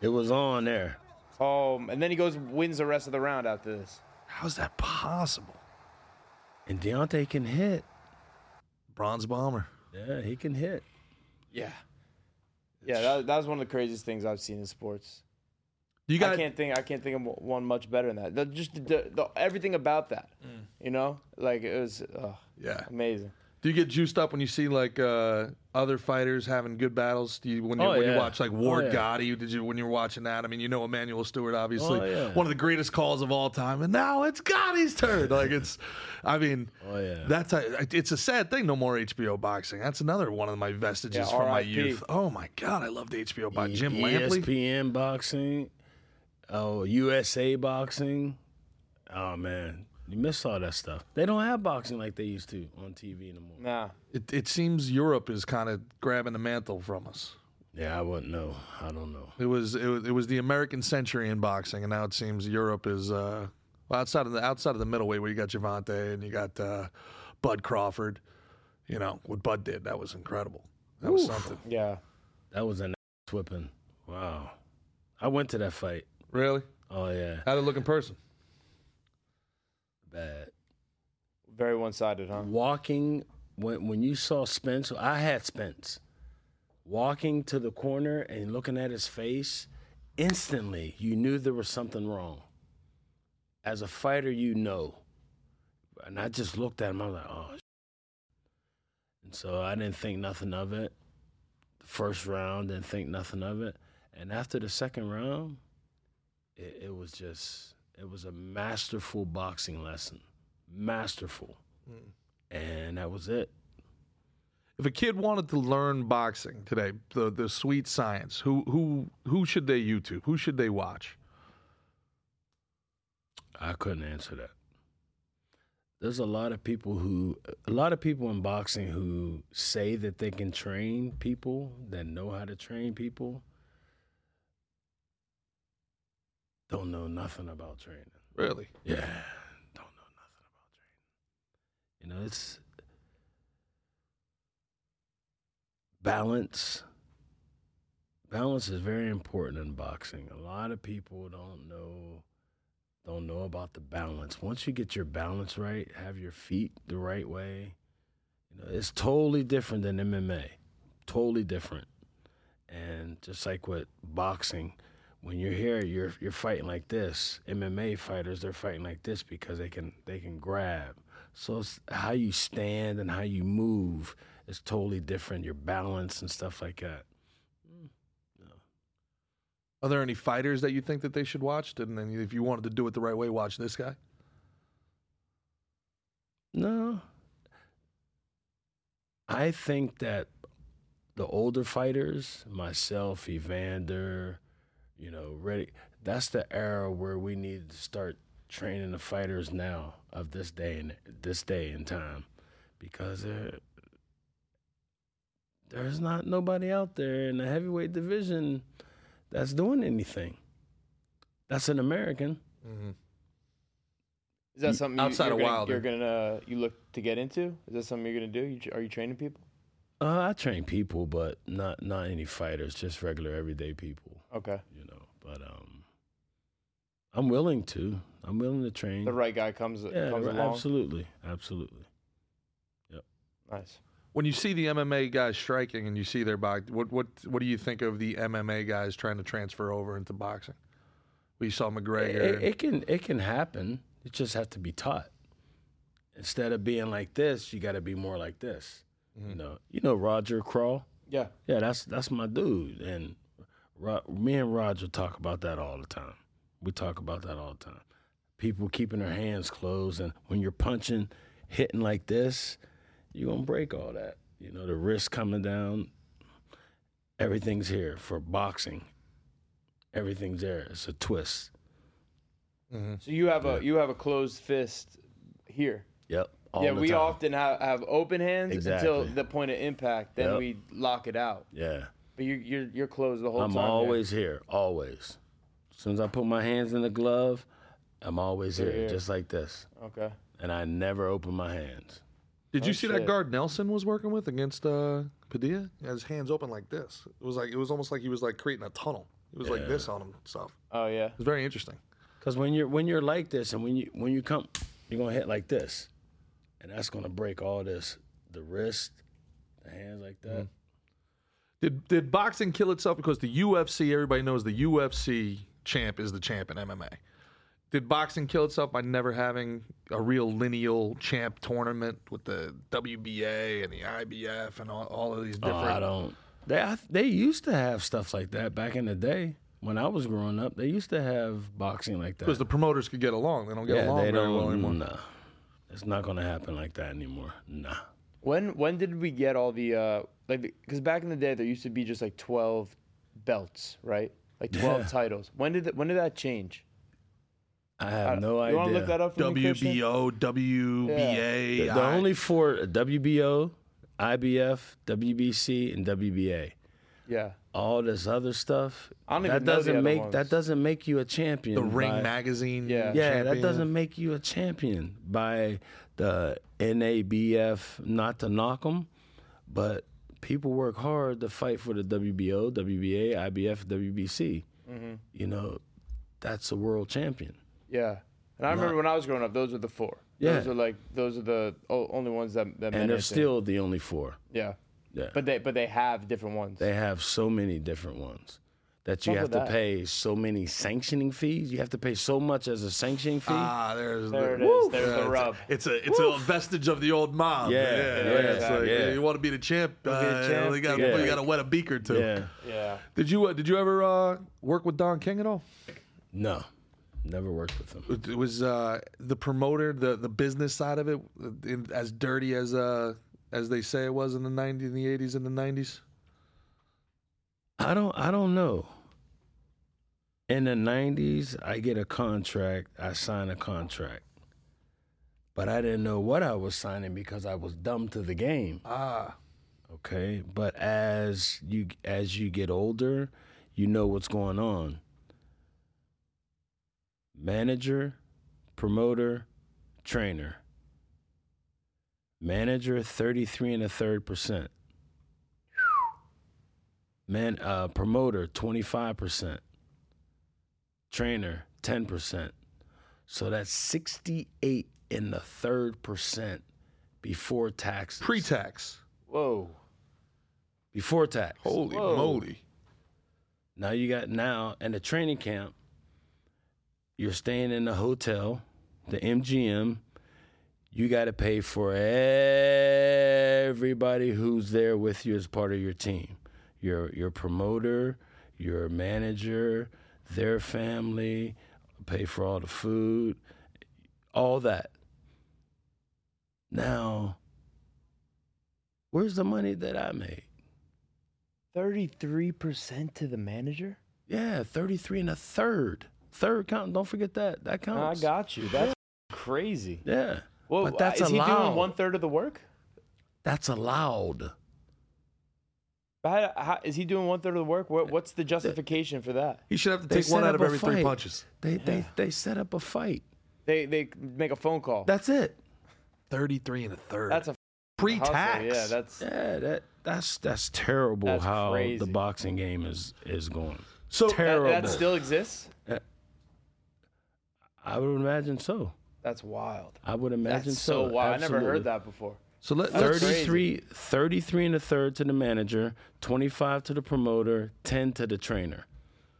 It was on there. Um, and then he goes wins the rest of the round after this. How's that possible? And Deontay can hit. Bronze bomber. Yeah, he can hit. Yeah. Yeah, that, that was one of the craziest things I've seen in sports. You I got can't think. I can't think of one much better than that. The, just the, the, everything about that, you know, like it was uh, yeah. amazing. Do you get juiced up when you see like uh, other fighters having good battles? Do you when you, Oh, when you yeah. watch like Ward Oh, yeah. Gotti? Did you when you were watching that? I mean, you know Emmanuel Stewart, obviously Oh, yeah. one of the greatest calls of all time, and now it's Gotti's turn. Like it's, I mean, Oh, yeah. that's a, it's a sad thing. No more HBO boxing. That's another one of my vestiges Yeah, from my RIP. youth. Oh my god, I loved HBO by Jim E- Lampley. ESPN boxing. Oh, USA boxing. Oh man, you miss all that stuff. They don't have boxing like they used to on TV anymore. Nah, It, it seems Europe is kind of grabbing the mantle from us. Yeah, I wouldn't know. I don't know. It was it was, it was the American century in boxing, and now it seems Europe is uh, well, outside of the outside of the middleweight where you got Javante and you got uh, Bud Crawford. You know what Bud did? That was incredible. That was something. yeah, That was an ass whipping. Wow. I went to that fight. Really? Oh yeah, How did it look in person? bad. very one-sided, huh? Walking when when you saw Spence, I had Spence. Walking to the corner and looking at his face, instantly you knew there was something wrong. As a fighter, you know. And I just looked at him. I was like, oh. sh-." And so I didn't think nothing of it. The first round, didn't think nothing of it. And after the second round, it, it was just, it was a masterful boxing lesson. Masterful. And that was it. If a kid wanted to learn boxing today, the the sweet science, who who who should they YouTube? Who should they watch? I couldn't answer that. There's a lot of people who, a lot of people in boxing who say that they can train people that know how to train people, don't know nothing about training. Really? Yeah, don't know nothing about training. You know, it's balance. Balance is very important in boxing. A lot of people don't know don't know about the balance. Once you get your balance right, have your feet the right way, you know, it's totally different than MMA. Totally different. And just like with boxing, when you're here, you're you're fighting like this. MMA fighters, they're fighting like this because they can they can grab, So it's how you stand and how you move is totally different. Your balance and stuff like that. Are there any fighters that you think that they should watch? And then if you wanted to do it the right way, watch this guy. No. I think that the older fighters, myself, Evander, you know, ready that's the era where we need to start training the fighters now of this day and this day and time because there there's not nobody out there in the heavyweight division that's doing anything. That's an American. Mm-hmm. Is that something you, Outside you're of gonna, Wilder. you're gonna you look to get into? Is that something you're gonna do? You, tr- are you training people? Uh, I train people, but not not any fighters, just regular everyday people, Okay, you know. But um, I'm willing to. I'm willing to train. the right guy comes yeah, comes right, along. absolutely, absolutely. Nice. When you see the MMA guys striking and you see their box, what what what do you think of the MMA guys trying to transfer over into boxing? We saw It, McGregor. it, it can it can happen. You just have to be taught. Instead of being like this, you got to be more like this. mm-hmm. You Hmm. know, you know Roger Crawl. Yeah. Yeah, that's that's my dude, and Ro- me and Roger talk about that all the time. We talk about that all the time. People keeping their hands closed, and when you're punching, hitting like this, you're gonna break all that. You know, the wrist coming down. Everything's here for boxing. Everything's there. It's a twist. So you have a you have a closed fist here. Yep. All yeah, the we time. often have, have open hands until Exactly. the point of impact. Then Yep. we lock it out. Yeah. But you, you're you're closed the whole I'm time. there. always here, always. As soon as I put my hands in the glove, I'm always here, here. just like this. okay. and I never open my hands. Did you Oh, see shit. that guard Nelson was working with against uh, Padilla? He had his hands open like this. It was like it was almost like he was like creating a tunnel. It was like this on him and stuff. Oh yeah. It was very interesting. Cause when you're when you're like this, and when you when you come, you're gonna hit like this, and that's gonna break all this, the wrist, the hands like that. Mm-hmm. Did did boxing kill itself because the UFC? Everybody knows the UFC champ is the champ in MMA. Did boxing kill itself by never having a real lineal champ tournament with the WBA and the IBF and all, all of these Oh, I different? don't. They I, they used to have stuff like that back in the day when I was growing up. They used to have boxing like that. because the promoters could get along, they don't get along they very well anymore. Nah, it's not gonna happen like that anymore. Nah. When when did we get all the uh like because back in the day there used to be just like twelve belts, right? Like twelve Yeah. titles. When did that, when did that change? I have no You idea. want to look that up for me, Christian? WBO, WBA. The only four WBO, IBF, WBC, and WBA. Yeah. all this other stuff. I don't that even know the doesn't other make ones. that doesn't make you a champion. the Ring by- magazine. Yeah. Yeah, that champion. doesn't make you a champion by the NABF. Not to knock them, but people work hard to fight for the WBO, WBA, IBF, WBC. Mm-hmm. You know, that's a world champion. Yeah. And I remember when I was growing up, those were the four. Those Yeah. are like those are the o- only ones that that. meant And they're anything. still the only four. Yeah. Yeah. But they but they have different ones. They have so many different ones that you Fuck have with to that. pay so many sanctioning fees. You have to pay so much as a sanctioning fee. Ah, there's there it the, is. Woo! There's Yeah, the rub. It's a it's a vestige of the old mob. Yeah, yeah, it's like, yeah. You want to be the champ? Uh, the champ, you got yeah. to wet a beak or two. yeah. Yeah. Did you uh, did you ever uh, work with Don King at all? No, never worked with them. It was uh, the promoter, the the business side of it, uh, in, as dirty as uh, as they say it was in the '90s, in the '80s, and the '90s. I don't. I don't know. In the '90s, I get a contract. I sign a contract, but I didn't know what I was signing because I was dumb to the game. Ah, Okay, but as you as you get older, you know what's going on. Manager, promoter, trainer. Manager thirty three and a third percent. Man, uh, promoter twenty five percent. Trainer ten percent. So that's sixty eight and the third percent before taxes. pre-tax. Whoa. before tax. Holy Whoa. moly! Now you got now in the training camp, you're staying in the hotel, the MGM, you got to pay for everybody who's there with you as part of your team your your promoter your manager their family pay for all the food all that now where's the money that i made Thirty-three percent to the manager. yeah 33 and a third third count don't forget that that I counts got you. That's crazy. yeah Well, uh, but that's is he allowed doing one third of the work? that's allowed How, how, is he doing one third of the work? What, what's the justification for that? He should have to They take one set out of up a every three fight. punches. they they they set up a fight They they make a phone call. that's it Thirty-three and a third. that's a hustle. pre-tax. Yeah, that's Yeah, that that's that's terrible That's how crazy. the boxing game is is going. so. that, Terrible. that still exists. I would imagine so. That's wild. I would imagine That's so wild. I never heard that before. So let, let's- 33, 33 and a third to the manager, 25 to the promoter, 10 to the trainer.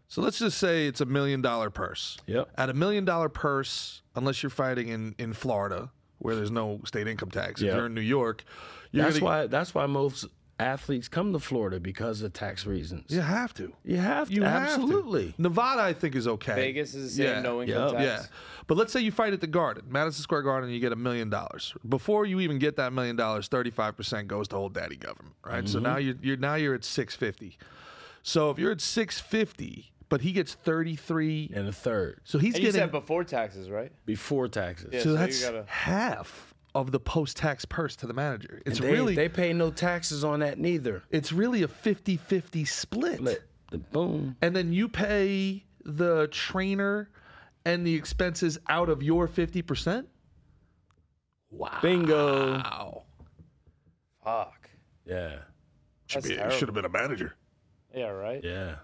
So let's just say it's a million dollar purse. Yep. At a million dollar purse, unless you're fighting in, in Florida where there's no state income tax, if Yeah. you're in New York, you're That's gonna- why that's why most athletes come to Florida because of tax reasons. you have to. You have to You have to. absolutely. Nevada, I think, is okay. Vegas is the same. Yeah. No income Yeah. Yeah. tax. But let's say you fight at the Garden, Madison Square Garden, you get a million dollars. Before you even get that million dollars, 35% goes to old daddy government, right? So now you're, you're now you're at 650. So if you're at 650, but he gets 33. And a third So he's And you getting said before taxes, right? before taxes. Yeah. So So you that's gotta- half of the post-tax purse to the manager. It's They, really they pay no taxes on that neither. it's really a 50-50 split. But the boom. And then you pay the trainer and the expenses out of your 50%? Wow. Bingo. Wow. Fuck. Yeah. That's terrible. have been a manager. Yeah, right. Yeah.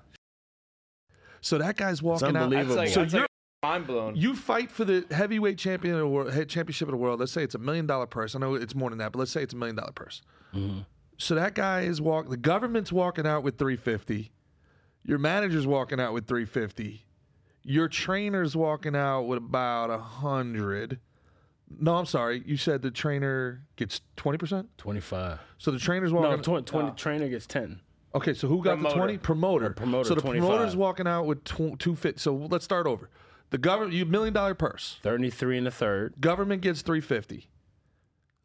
So that guy's walking out. unbelievable. That's like, So that's like mind blown. You fight for the heavyweight champion of the world, head championship of the world. Let's say it's a million dollar purse. I know it's more than that, but let's say it's a million dollar purse. So that guy is walk. The government's walking out with three fifty. Your manager's walking out with three fifty. Your trainer's walking out with about a hundred. No, I'm sorry. You said the trainer gets twenty percent. 25. So the trainer's No, walking. 20, 20 trainer gets 10. Okay, so who got the Promoter. twenty? Promoter. promoter, So the 25. promoter's walking out with tw- two fifty. So let's start over. The government, you million dollar purse. 33 and a third. Government gets 350.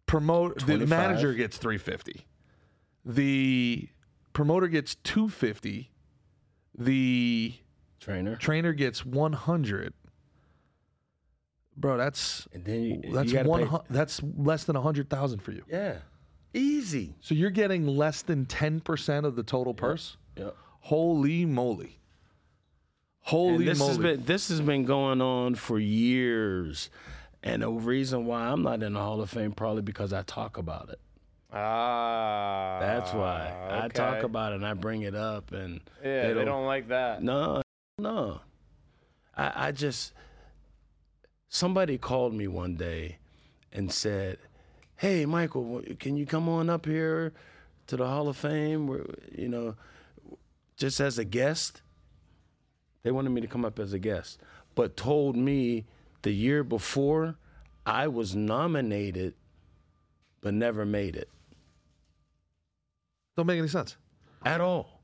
Promote the 25. manager gets 350. The promoter gets 250. The Trainer. trainer gets 100. Bro, that's And then you, that's you gotta one pay- hun- that's less than 100,000 for you. Yeah. Easy. So you're getting less than 10% of the total purse? Yep. Holy moly. Holy And this moly. has been this has been going on for years. And the reason why I'm not in the Hall of Fame probably because I talk about it. Ah. That's why I talk okay. about it and I bring it up and Yeah, they don't like that. No, no. I, I just somebody called me one day and said, "Hey, Michael, w- can you come on up here to the Hall of Fame? Where, you know, just as a guest." They wanted me to come up as a guest, but told me the year before I was nominated but never made it Don't make any sense. at all,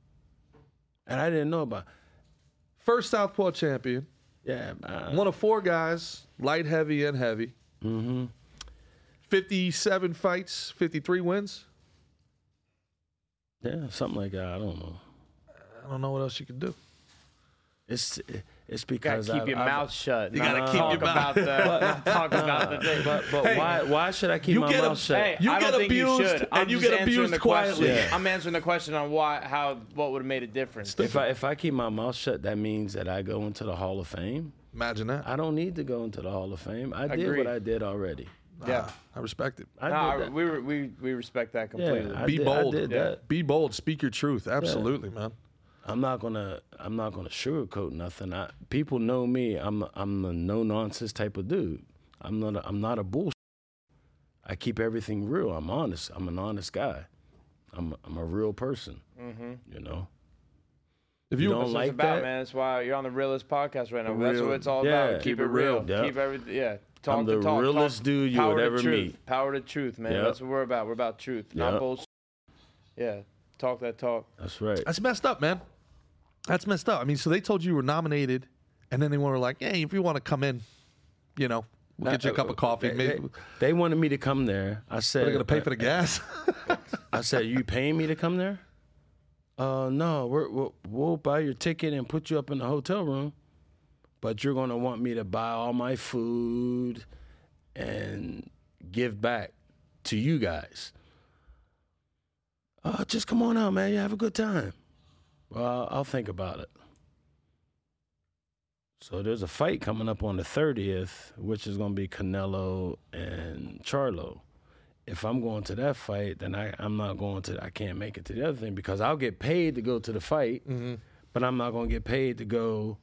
and I didn't know about. First Southpaw champion, Yeah, uh, I- one of four guys, light, heavy, and heavy. Mm-hmm. 57 fights, 53 wins. yeah, something like that. I don't know. I don't know what else you can do. It's it's Gotta because keep I, your I've- mouth shut. You gotta keep your mouth- about the not talk about the thing. But but why why should I keep you my get a- mouth shut? Hey, You I get don't think you abused, should. and I'm you just get answering abused the question. quietly. Yeah. I'm answering the question on why, how, what would have made a difference. if I if I keep my mouth shut, that means that I go into the Hall of Fame. Imagine that. I don't need to go into the Hall of Fame. I did Agreed. what I did already. Yeah. I respect it. I Nah, did that. we, re- we we respect that completely. yeah, I Be did, bold. I did Yeah. that. Be bold. Speak your truth. Absolutely, man. I'm not gonna I'm not gonna sugarcoat nothing. I, people know me. I'm I'm a no nonsense type of dude. I'm not a, I'm not a bullshit. I keep everything real. I'm honest. I'm an honest guy. I'm I'm a real person. You know. If you, You don't Mm-hmm. That's what like it's about, that? man. That's why you're on the realest podcast right now. That's real- what it's all Yeah. about. Keep, it real. Keep everything. Yeah. Talk I'm the the talk. realest talk. dude you Power would to ever truth. meet. Power to truth, man. Yep. That's what we're about. We're about truth, not Yep. bullshit. Yeah. Talk that talk. That's right. that's messed up, man. That's messed up. I mean, so they told you you were nominated, and then they were like, "Hey, if you want to come in, you know, we'll get you a cup of coffee. Uh, They, Maybe they- they wanted me to come there. I said, they're gonna pay for the gas." I said, you paying me to come there? Uh, no, we're, we'll, we'll buy your ticket and put you up in the hotel room, but you're gonna want me to buy all my food and give back to you guys. Uh, just come on out, man. You have a good time. Well, I'll think about it. So there's a fight coming up on the 30th, which is gonna be Canelo and Charlo if I'm going to that fight, then I, I'm not going to, I can't make it to the other thing because I'll get paid to go to the fight, Mm-hmm. but I'm not going to get paid to go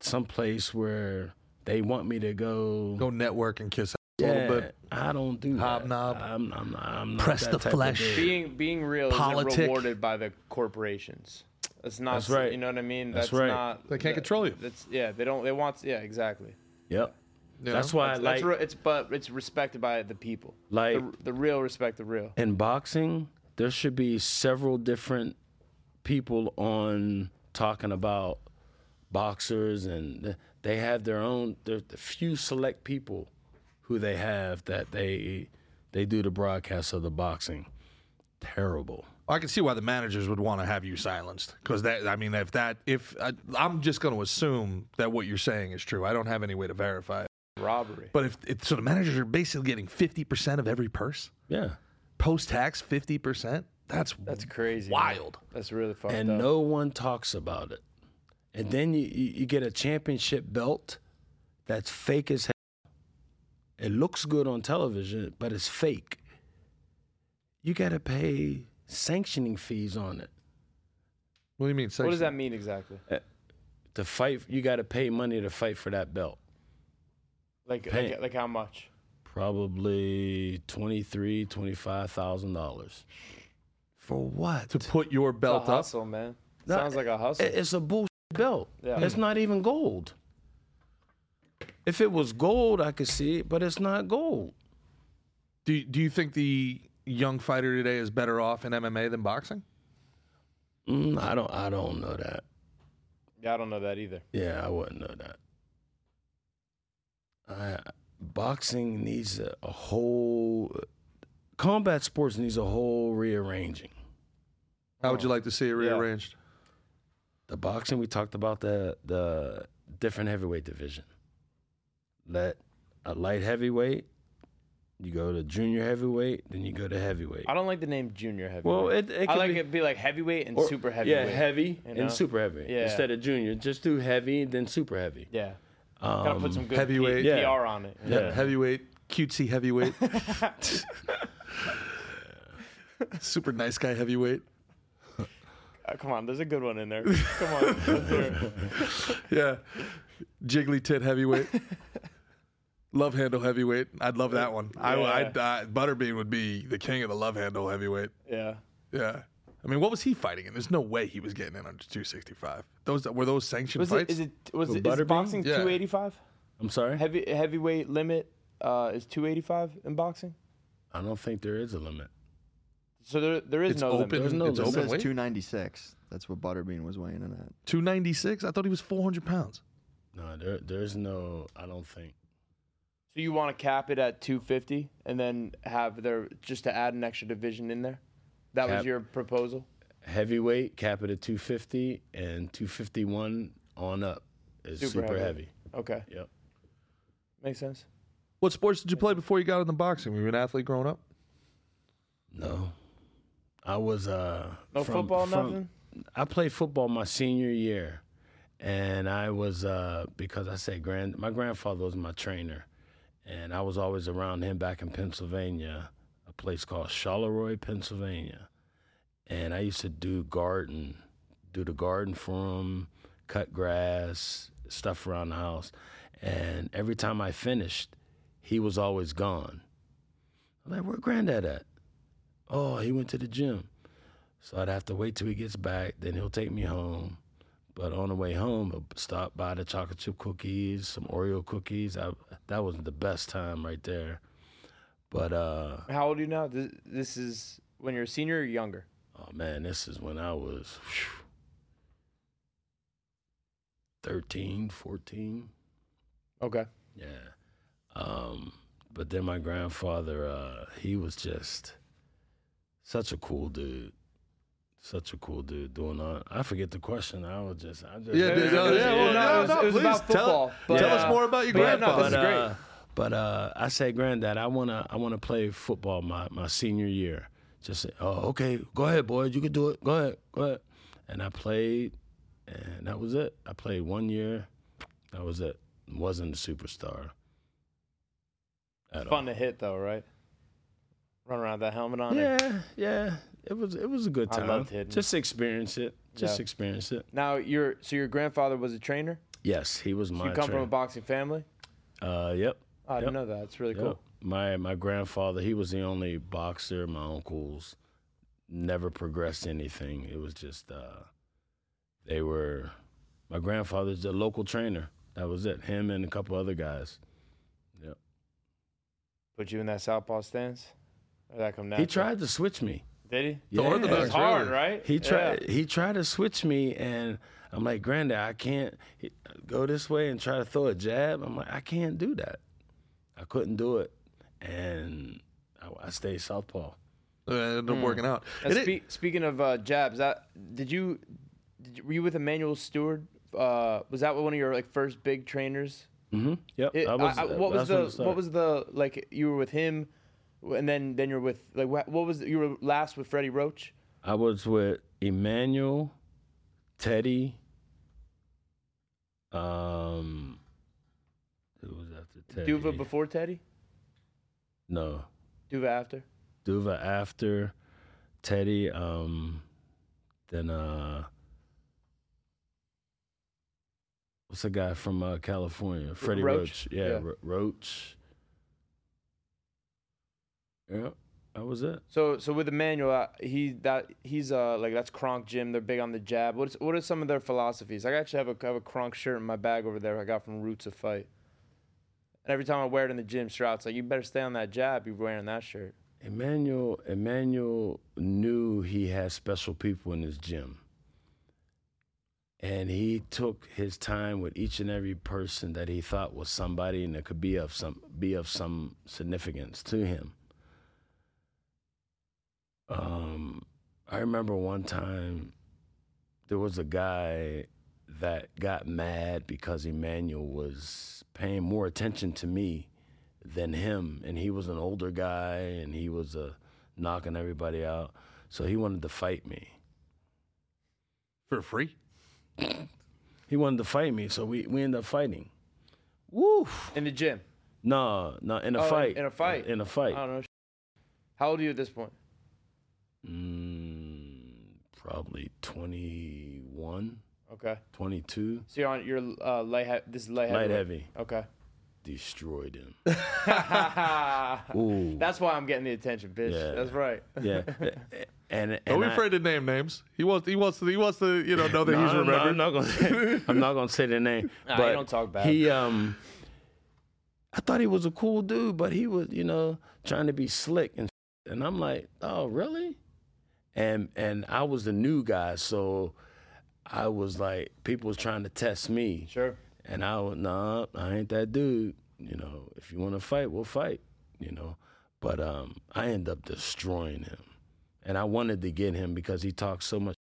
someplace where they want me to go. Go network and kiss a yeah, little bit. I don't do that. Hobnob. I'm, I'm, not- I'm not Press that the type of flesh. dude. Being being real Politic. isn't rewarded by the corporations. That's not. That's right. You know what I mean? That's That's, right. Not, They can't that- control you. That's yeah. They don't. They want. Yeah. Exactly. Yep. You That's know? why I like That's re- it's but it's respected by the people. Like- the, the real respect the real. in boxing, there should be several different people on talking about boxers, and th- they have their own. There's a few select people who they have that they they do the broadcast of the boxing. Terrible. I can see why the managers would want to have you silenced because that. I mean, if that, if I, I'm just going to assume that what you're saying is true, I don't have any way to verify it. Robbery. But if, if so, the managers are basically getting 50 percent of every purse Yeah. post tax, 50 percent. That's That's crazy. man. wild. That's really fucked and up. no one talks about it. And then you, you you get a championship belt that's fake as hell. It looks good on television, but it's fake. You got to pay sanctioning fees on it. What do you mean? what does that mean exactly? To fight, you got to pay money to fight for that belt. Like, Pay- like like how much? Probably $23,000, $25,000. For what? To put your It's a belt up. hustle, man. No, Sounds like a hustle. It- It's a bullshit belt. Yeah. It's not even gold. If it was gold, I could see it, but it's not gold. Do Do you think the young fighter today is better off in MMA than boxing? Mm, I don't. I don't know that. yeah, I don't know that either. Yeah, I wouldn't know that. I, boxing needs a, a whole. Combat sports needs a whole rearranging. How would you like to see it rearranged? The boxing we talked about the the different heavyweight division. Let a light heavyweight. You go to junior heavyweight, then you go to heavyweight. I don't like the name junior heavyweight. Well, it, it I could like be, it be like heavyweight and or- super heavyweight. Yeah, heavy you know? and super heavy Yeah. instead of junior. Just do heavy, then super heavy. Yeah. Um, Gotta put some good heavyweight. P- Yeah. PR on it. Yeah. Heavyweight, cutesy heavyweight. Super nice guy heavyweight. Uh, come on, there's a good one in there. Come on. let's do it. Yeah. Jiggly tit heavyweight. love handle heavyweight. I'd love that one. I, I'd, uh, Butterbean would be the king of the love handle heavyweight. yeah. Yeah. I mean, what was he fighting in? There's no way he was getting in under 265. Those were those sanctioned Was it, fights. is it was With it is Butterbean? boxing Yeah. 285? I'm sorry. Heavy heavyweight limit uh, is 285 in boxing. I don't think there is a limit. So there there is It's no open. limit. There's no it's limit. It open says weight. 296. That's what Butterbean was weighing in at. 296. I thought he was 400 pounds. No, there there's no. I don't think. So you want to cap it at 250 and then have their just to add an extra division in there? That Cap- was your proposal? Heavyweight cap it at 250 and 251 on up is super, Super heavy. heavy. Okay. Yep. Makes sense. What sports did you play before you got into boxing? Were you an athlete growing up? No, I was uh No from- football, from- nothing? I played football my senior year, and I was uh, because I said grand. My grandfather was my trainer, and I was always around him back in Pennsylvania, a place called Charleroi, Pennsylvania, and I used to do garden, do the garden for him, cut grass, stuff around the house, and every time I finished, he was always gone. I'm like, where granddad at? Oh, he went to the gym. So I'd have to wait till he gets back. Then he'll take me home. But on the way home, he'll stop by the chocolate chip cookies, some Oreo cookies. I, that was the best time right there. But uh, How old are you now? This, this is when you're a senior or younger. oh man, this is when I was phew, 13, 14. Okay. Yeah. Um, but then my grandfather, uh, he was just such a cool dude. Such a cool dude doing all I forget the question. I was just I just Yeah, dude, no, it was- yeah, it well, was- no, it was- no, it was please about tell, football, but, tell us uh, more about your but yeah, no, grandfather. this is great. Uh, but uh, I say, Granddad, I wanna I wanna play football my, my senior year. Just say, oh, okay, go ahead, boy, you can do it. Go ahead, go ahead. And I played, and that was it. I played one year. That was it. Wasn't a superstar. At all. Fun to hit though, right? Run around with that helmet on. and- Yeah, yeah. It was it was a good I time. loved hitting. Just experience it. Just Yeah. experience it. Now your so your grandfather was a trainer. Yes, he was So my. you come from trainer. a boxing family. Uh, yep. Oh, I didn't Yep. know that. It's really yep. cool. My my grandfather, he was the only boxer. My uncles never progressed anything. It was just uh, they were. My grandfather's the local trainer. That was it. Him and a couple other guys. Put you in that southpaw stance. Or that come down. He tried to switch me. Did he? Yeah. Orthodox, It's hard, really. right? He Yeah. tried. He tried to switch me, and I'm like, Granddad, I can't he- go this way and try to throw a jab. I'm like, I can't do that. I couldn't do it, and I, I stayed southpaw. Uh, it ended up working out. Now, And it- spe- speaking of uh, jabs, that did you, did you were you with Emmanuel Stewart? Uh, was that one of your like first big trainers? Mm-hmm. Yep. It- I was- I- I- what was that's when it the started. what was the like you were with him, and then then you're with like wha- what was you were last with Freddie Roach? I was with Emmanuel, Teddy. Um, who was after Teddy? Duva before Teddy, No, Duva after. Duva after Teddy. Um, then uh, what's the guy from uh, California? Freddie Roach? Roach. Yeah, Yeah. Ro- Roach. Yeah, that was it. So so with Emmanuel, uh, he that he's uh like that's Kronk Gym. They're big on the jab. What is what are some of their philosophies? I actually have a I have a Kronk shirt in my bag over there. I got from Roots of Fight. And every time I wear it in the gym, Strout's like, "You better stay on that jab. You're wearing that shirt." Emmanuel Emmanuel knew he had special people in his gym. And he took his time with each and every person that he thought was somebody and that could be of some be of some significance to him. Um, I remember one time there was a guy that got mad because Emmanuel was paying more attention to me than him, and he was an older guy, and he was uh, knocking everybody out. So he wanted to fight me. for free. He wanted to fight me, so we, we ended up fighting. Woo! In the gym. No, no, in a Oh, in- fight. in a fight. In a I fight. don't know. How old are you at this point? Mm, probably 21, Okay. 22. So you're on your uh, light. He- this is light heavy. Light heavy. Okay. Destroyed him. Ooh. That's why I'm getting the attention, bitch. Yeah. That's right. yeah. And, and Don't be I- afraid to name names. He wants. He wants to. He wants to. You know, know that No, he's no, no, remembered. I'm not gonna. I'm not gonna say the name. Nah, you but don't talk bad. He um, I thought he was a cool dude, but he was, you know, trying to be slick and and I'm like, oh really? And and I was the new guy, so I was like, people was trying to test me, Sure. and I was nah, I ain't that dude. You know, if you want to fight, we'll fight. You know, but um, I end up destroying him, and I wanted to get him because he talked so much,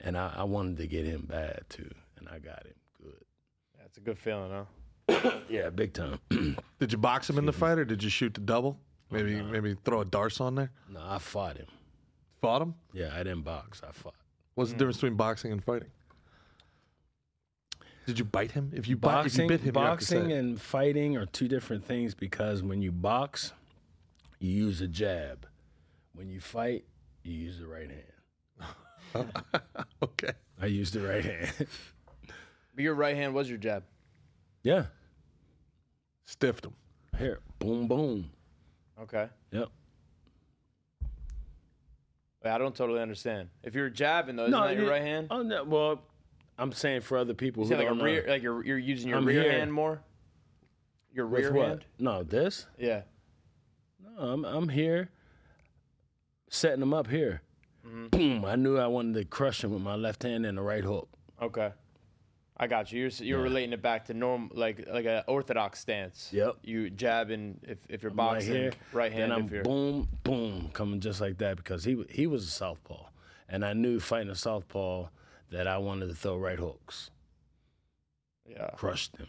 and I, I wanted to get him bad too, and I got him good. That's a good feeling, huh? Yeah, big time. Did you box him in the fight, or did you shoot the double? Maybe, maybe throw a darce on there. no, I fought him. Fought him. Yeah, I didn't box. I fought. What's the difference between boxing and fighting? Did you bite him? If you bite, if you boxing, bit him, you have boxing to say it. and fighting are two different things because when you box, you use a jab. When you fight, you use the right hand. okay. I used the right hand. But your right hand was your jab. yeah. Stiffed him. Here, boom, boom. Okay. Yep. But I don't totally understand. If you're jabbing though, isn't that your yeah. right hand? Oh no. Well, I'm saying for other You people who said like don't a know. rear, like you're, you're using your I'm rear here. hand more. Your With rear what? hand. No, this. Yeah. No, I'm I'm here, setting them up here. Mm-hmm. Boom! I knew I wanted to crush him with my left hand and the right hook. Okay. I got you. You're s- you're relating it back to norm, like like an orthodox stance. Yep. You jabbing if if you're Right boxing here, right hand. Then I'm if you're, boom, boom, coming just like that because he he was a southpaw, and I knew fighting a southpaw that I wanted to throw right hooks, yeah. crush them.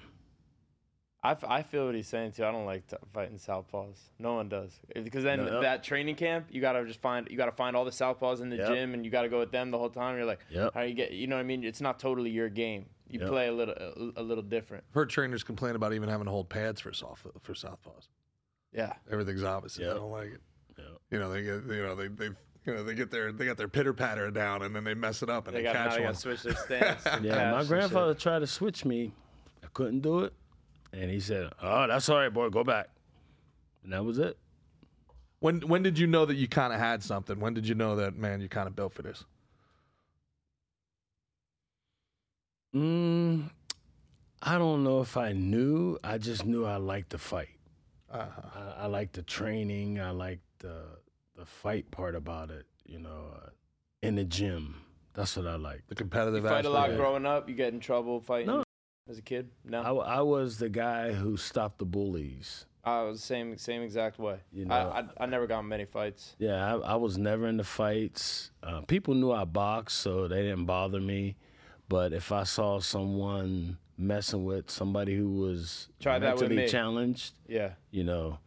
I, f- I feel what he's saying too. I don't like t- fighting southpaws. No one does because then No. that training camp you gotta just find you gotta find all the southpaws in the Yep. gym and you gotta go with them the whole time. You're like, Yep. how you get? You know what I mean? It's not totally your game. You Yep. play a little a, a little different. heard trainers complain about even having to hold pads for soft for southpaws. Yeah. Everything's opposite. Yeah. I don't like it. Yeah. You know they get you know they they you know they get their they got their pitter patter down and then they mess it up and They they, gotta, now catch they one. gotta switch their stance. and Yeah, pass my and grandfather tried to switch me. I couldn't do it. And he said, Oh, that's all right, boy, go back. And that was it. When when did you know that you kind of had something? When did you know that man you kind of built for this? Mm, I don't know if I knew. I just knew I liked to fight. Uh-huh. I, I liked the training. I liked the, the fight part about it, you know, uh, in the gym. That's what I liked. The competitive shit. Fight a aspect. lot Yeah. growing up. You get in trouble fighting No. as a kid. I, No. w- I was the guy who stopped the bullies. I, was the same same exact way. You know. I, I I never got in many fights. Yeah, I, I was never into fights. Uh, people knew I boxed, so they didn't bother me. But if I saw someone messing with somebody who was Try that with mentally me. challenged, Yeah. you know,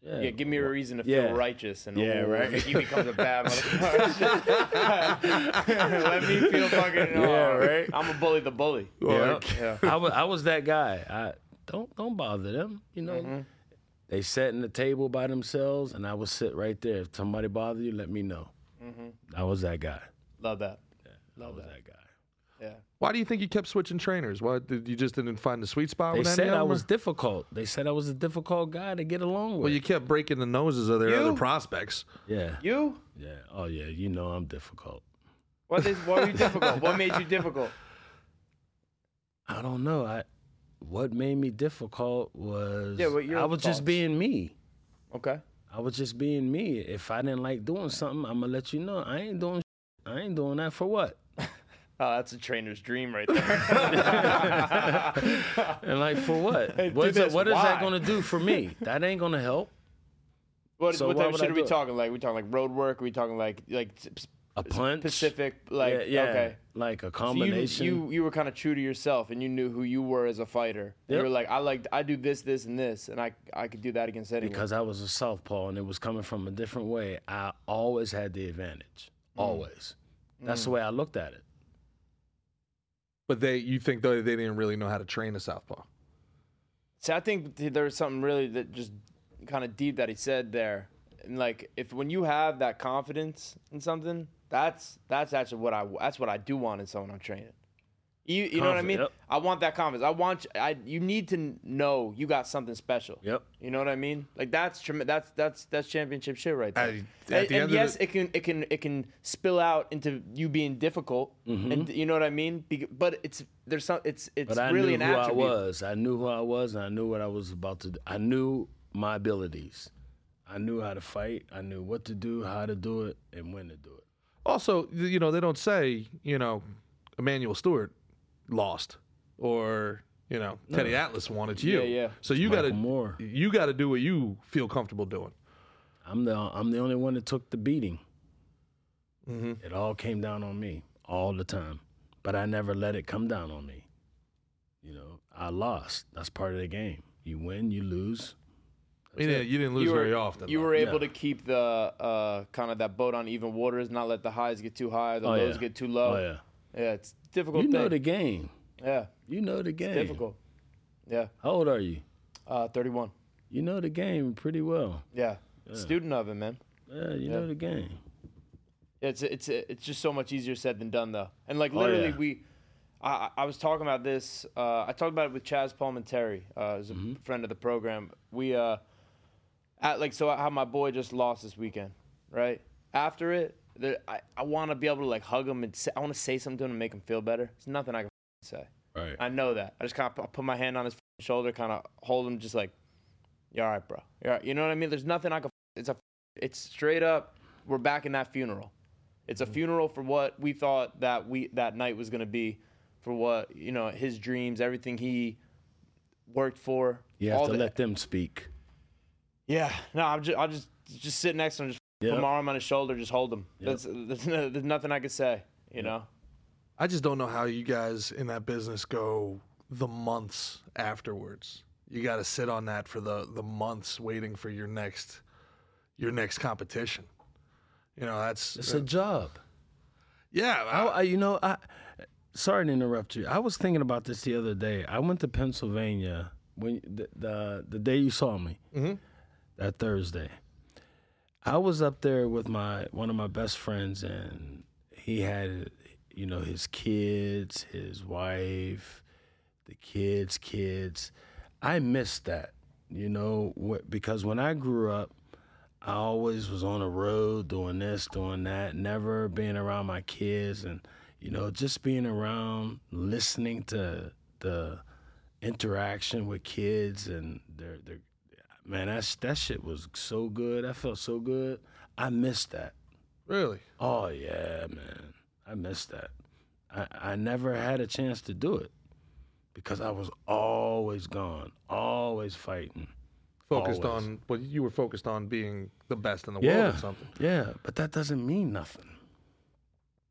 Yeah, give me a reason to yeah. feel righteous and Yeah, ooh, right. He becomes a bad motherfucker. Let me feel fucking. Yeah, oh, right. I'm a bully, the bully. yeah, Yeah. I was I was that guy. I don't don't bother them. You know, Mm-hmm. they sat in the table by themselves, and I would sit right there. If somebody bothered you, let me know. I was that guy. Mm-hmm. Love that. I was that guy. Yeah. Why do you think you kept switching trainers? Why did you just didn't find the sweet spot? They with any said of I them, was or- difficult. They said I was a difficult guy to get along with. Well, you kept breaking the noses of their You? other prospects. yeah, You? yeah. Oh yeah, you know I'm difficult. What is? What were you difficult? What made you difficult? I don't know. I what made me difficult was Yeah, what your I was thoughts? just being me. Okay. I was just being me. If I didn't like doing something, I'm gonna let you know. I ain't doing. I ain't doing that for what? Oh, that's a trainer's dream right there. And like for what? do what is, that, this. what is that Why? gonna do for me? That ain't gonna help. What, So what why type of would shit I are do we it? talking? Like, we talking like road work? Are we talking like like s- A punch. specific? Like, yeah, yeah. okay. Like So a you, combination. you you were kind of true to yourself, and you knew who you were as a fighter. You Yep. were like, I like I do this, this, and this, and I I could do that against anyone. because I was a southpaw and it was coming from a different way. I always had the advantage. Mm. Always. That's the way I looked at it. But they, you think though they didn't really know how to train a southpaw. See, I think th- there was something really that just kind of deep that he said there, and like if when you have that confidence in something, that's that's actually what I that's what I do want in someone I'm training. You, you know what I Confi- mean? yep. I want that confidence. I want I you need to n- know you got something special. Yep. You know what I mean? Like that's trem- that's that's that's championship shit right there. I- at And- the and end of the- yes, it can it can it can spill out into you being difficult, and you know what I mean. Bec- But it's there's some it's it's Mm-hmm. But I really knew an who I attribute. was. I knew who I was, and I knew what I was about to. do. I knew my abilities. I knew how to fight. I knew what to do, how to do it, and when to do it. Also, th- you know they don't say you know Emmanuel Stewart lost or you know Teddy Atlas won. It's you. Yeah, yeah. So you got Michael to Moore. you got to do what you feel comfortable doing. I'm the I'm the only one that took the beating. It all came down on me all the time, but I never let it come down on me. You know, I lost. That's part of the game. You win, you lose. You didn't, you didn't lose very often. You though. were able Yeah. to keep the uh, kind of that boat on even waters, not let the highs get too high, the Oh, lows yeah. get too low. Oh yeah, yeah. it's a difficult. you know the thing. game. yeah, You know the game. difficult. Yeah, How old are you? uh, thirty-one. You know the game pretty well. Yeah. student of it, man. Yeah, you know the game. It's it's it's just so much easier said than done though, and like literally yeah. we. I, I I was talking about this. Uh, I talked about it with Chaz Palmenteri, uh, who's a friend of the program. We, uh, at, like, so how my boy just lost this weekend, right? after it, there, I, I want to be able to like hug him and say, I want to say something to him and make him feel better. There's nothing I can say. Right. I know that. I just kind of put my hand on his f***ing shoulder, kind of hold him, just like, you all right, bro. you all right." You know what I mean? There's nothing I can. It's a. It's straight up. We're back in that funeral. It's Mm-hmm. a funeral for what we thought that we that night was gonna be, for what you know his dreams, everything he worked for. You have all to the- let them speak. Yeah. No, I'm just I'll just just sit next to him, just Yeah. put my arm on his shoulder, just hold him. That's, that's no- there's nothing I could say. You know. I just don't know how you guys in that business go the months afterwards. You got to sit on that for the the months waiting for your next your next competition. You know, that's It's a job. yeah. I, I- I- you know, I sorry to interrupt you. I was thinking about this the other day. I went to Pennsylvania when the the, the day you saw me, Mm-hmm. that Thursday. I was up there with my one of my best friends, and he had, you know, his kids, his wife, the kids, kids. I missed that, you know, wh- because when I grew up, I always was on the road doing this, doing that, never being around my kids and you know, just being around listening to the interaction with kids and their their man, that's that shit was so good. I felt so good. I missed that. really? Oh yeah, man. I missed that. I, I never had a chance to do it because I was always gone, always fighting. Focused Always. on well, you were focused on being the best in the world Yeah. or something. Yeah, but that doesn't mean nothing.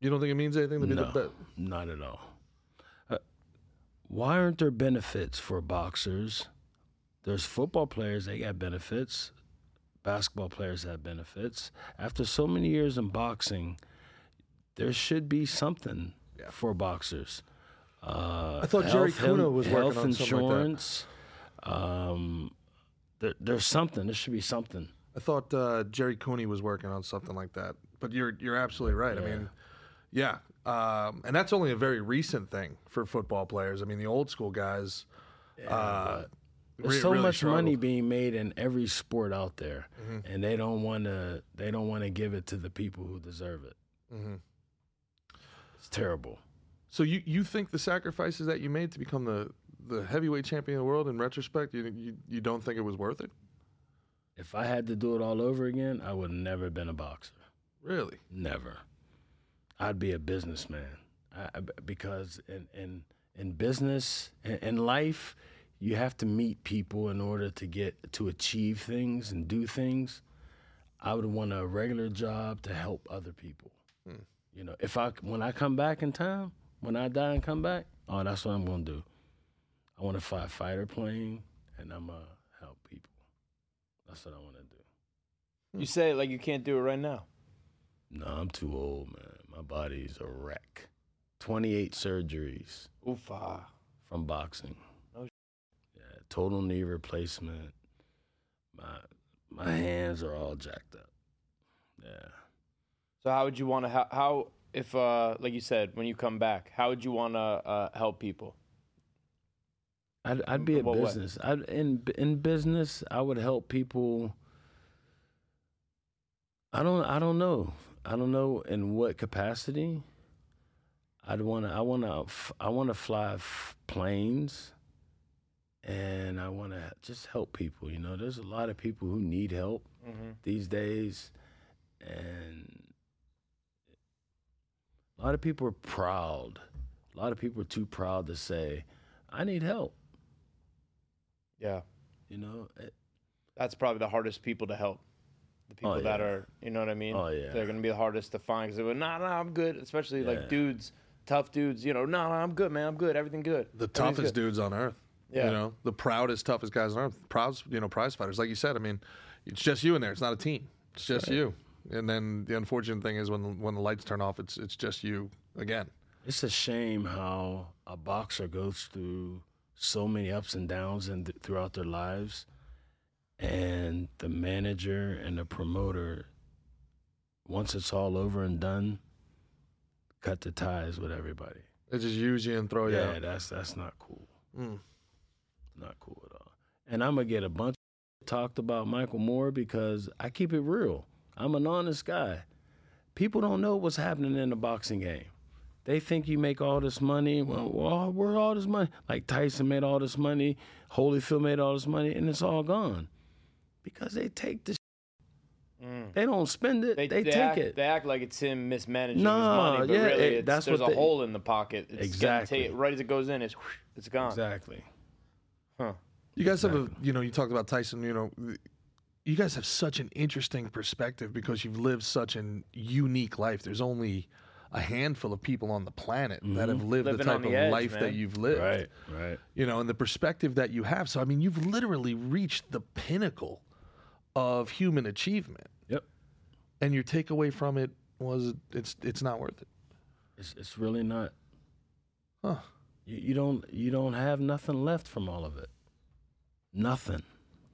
You don't think it means anything to be the no, best? Not at all. Uh, why aren't there benefits for boxers? There's football players, they got benefits. Basketball players have benefits. After so many years in boxing, there should be something for boxers. Uh, I thought Jerry Kuna was working health on something like that. insurance. Um, there, there's something. There should be something. I thought uh, Jerry Cooney was working on something like that, but you're you're absolutely right. I mean, yeah, um, and that's only a very recent thing for football players. I mean, the old school guys. uh, There's re- so really much money struggled. being made in every sport out there, Mm-hmm. and they don't want to. They don't want to give it to the people who deserve it. Mhm. It's terrible. So you you think the sacrifices that you made to become the the heavyweight champion of the world in retrospect, you you, you don't think it was worth it? If I had to do it all over again, I would never been a boxer. Really? Never. I'd be a businessman. I, I- because in in in business in, in life, you have to meet people in order to get to achieve things and do things. I would want a regular job to help other people. You know, if I when I come back in time, when I die and come back, oh, that's what I'm gonna do. I want to fly a fighter plane, and I'm gonna help people. That's what I want to do. You say it like you can't do it right now. No, I'm too old, man. My body's a wreck. 28 surgeries Oof. ah. from boxing. No sh- yeah, total knee replacement. My my hands are all jacked up. Yeah. So how would you want to how, how if uh like you said when you come back how would you want to uh, help people? I'd, I'd be a What way? business. I'd, in in business, I would help people. I don't. I don't know. I don't know in what capacity. I'd want to. I want to. I want to fly f- planes, and I want to just help people. You know, there's a lot of people who need help Mm-hmm. these days, and a lot of people are proud. A lot of people are too proud to say, "I need help." Yeah, You know, it- that's probably the hardest people to help. The people Oh, that yeah. are you know what I mean? Oh, yeah. They're gonna be the hardest to find because they're like, nah nah I'm good. Especially Yeah. like dudes, tough dudes. You know nah nah I'm good man I'm good everything good. The Everything's toughest good." dudes on earth. Yeah. You know, the proudest, toughest guys on earth. Proud, you know, prize fighters. Like you said, I mean, it's just you in there. It's not a team. It's just you. And then the unfortunate thing is when the, when the lights turn off, it's it's just you again. it's a shame how a boxer goes through so many ups and downs and th- throughout their lives, and the manager and the promoter, once it's all over and done, cut the ties with everybody. It just use you and throw you Oh, yeah, out. that's that's not cool. Mm. Not cool at all. And I'm gonna get a bunch of talked about Michael Moore because I keep it real. I'm an honest guy. people don't know what's happening in the boxing game. They think you make all this money. Well, well, where all this money? Like Tyson made all this money, Holyfield made all this money, and it's all gone because they take the. Sh- They don't spend it. Mm. They, take act, it. They act like it's him mismanaging No, his money, but yeah, really, it- it's, that's there's what a they- hole in the pocket. It's Exactly. Gonna take, right as it goes in, it's it's gone. exactly. You guys have a, you know, you talked about Tyson. You know, th- you guys have such an interesting perspective because you've lived such an unique life. There's only a handful of people on the planet that have lived the Living type on the of edge, life that man. you've lived. Right. Right. You know, and the perspective that you have. So, I mean, you've literally reached the pinnacle of human achievement, Yep. and your takeaway from it was it's it's not worth it. It's it's really not. Huh. You, you don't you don't have nothing left from all of it. Nothing.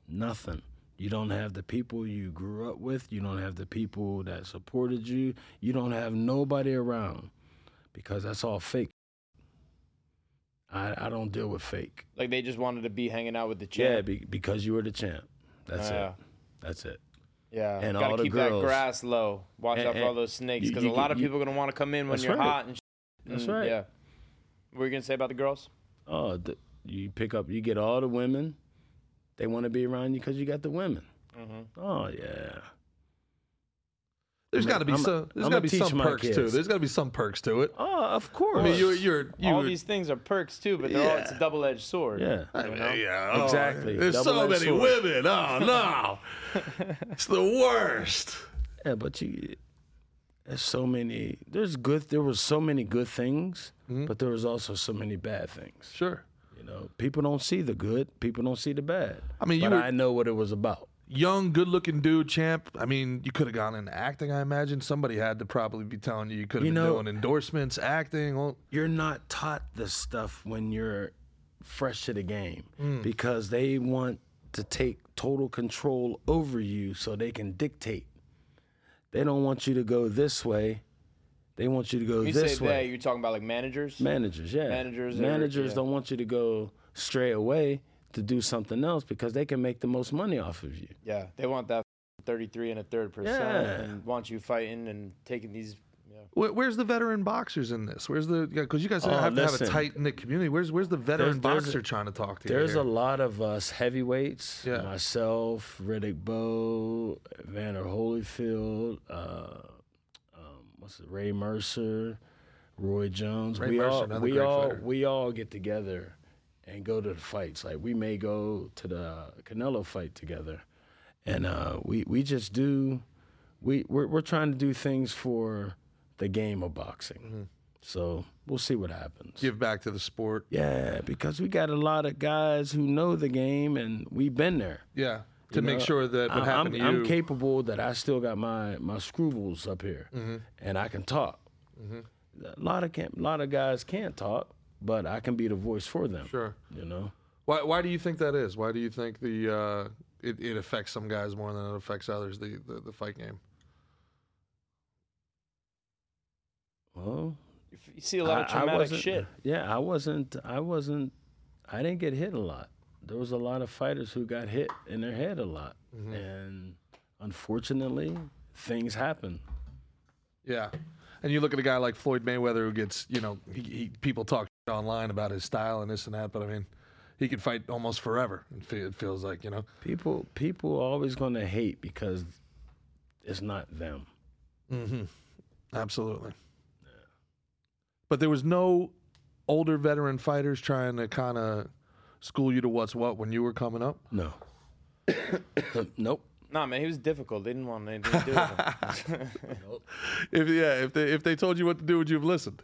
Nothing. You don't have the people you grew up with. You don't have the people that supported you. You don't have nobody around because that's all fake. I, I don't deal with fake. Like they just wanted to be hanging out with the champ. be, because you were the champ. That's Yeah. it. That's it. Yeah, And gotta all the keep girls. that grass low. Watch And- out for all and those snakes you- because you- a lot of you- people are gonna want to come in when That's you're right. hot and. Sh- That's and, right. Mm, Yeah. What were you gonna say about the girls? Oh, th you pick up, you get all the women. They want to be around you because you got the women. Oh yeah. There's I'm a- got to be I'm a- some. There's got I'm to a be teach some my perks to it. kids. There's got to be some perks to it. Oh, of course. I mean, you're you're you. all these things are perks too, but they're all, it's a double-edged sword. yeah. I mean, yeah, oh, Exactly. There's so Double-edged many sword. women. Oh no, it's the worst. Yeah, but you there's so many there's good there was so many good things, but there was also so many bad things. Sure. You know, people don't see the good, people don't see the bad. I mean, you but were- I know what it was about. Young, good-looking dude, champ. I mean, you could have gone into acting. I imagine somebody had to probably be telling you you could have You been know- doing endorsements, acting. Well, You're not taught this stuff when you're fresh to the game because they want to take total control over you so they can dictate. They don't want you to go this way. They want you to go When you this say way. that, you're talking about like managers. Managers, yeah. Managers are- Managers yeah. don't want you to go straight away to do something else because they can make the most money off of you. yeah, they want that 33 and a third percent, Yeah. and want you fighting and taking these. Yeah. wh- where's the veteran boxers in this? Where's the? Because you guys Oh, have to listen. have a tight-knit community. Where's where's the veteran there's a- boxer trying to talk to you? There's here? a lot of us heavyweights. Yeah. Myself, Riddick Bowe, Vander Holyfield, uh, um, what's it, Ray Mercer, Roy Jones. Ray we Mercer, all another we great all fighter. we all get together and go to the fights. Like we may go to the Canelo fight together, and uh, we we just do we we're, we're trying to do things for the game of boxing. Mm-hmm. So we'll see what happens. give back to the sport. Yeah, because we got a lot of guys who know the game and we've been there. Yeah, to make know, sure that what I- happened I'm, to you. I'm capable that I still got my my scruples up here Mm-hmm. and I can talk. A lot of can a lot of guys can't talk, but I can be the voice for them. sure. You know? Why, why do you think that is? Why do you think the uh, it, it affects some guys more than it affects others? The, the, the fight game. Well, You f- You see a lot of traumatic wasn't- shit. Yeah, I wasn't. I wasn't. I didn't get hit a lot. There was a lot of fighters who got hit in their head a lot, Mm-hmm. and unfortunately, things happen. Yeah, and you look at a guy like Floyd Mayweather who gets you know he, he, people talk shit online about his style and this and that, but I mean he could fight almost forever. It fe- It feels like you know. People people are always gonna hate because it's not them. Absolutely. But there was no older veteran fighters trying to kind of school you to what's what when you were coming up. No. Uh, nope. Nah, man, he was difficult. They didn't want anything to do with him. If yeah, if they if they told you what to do, would you have listened?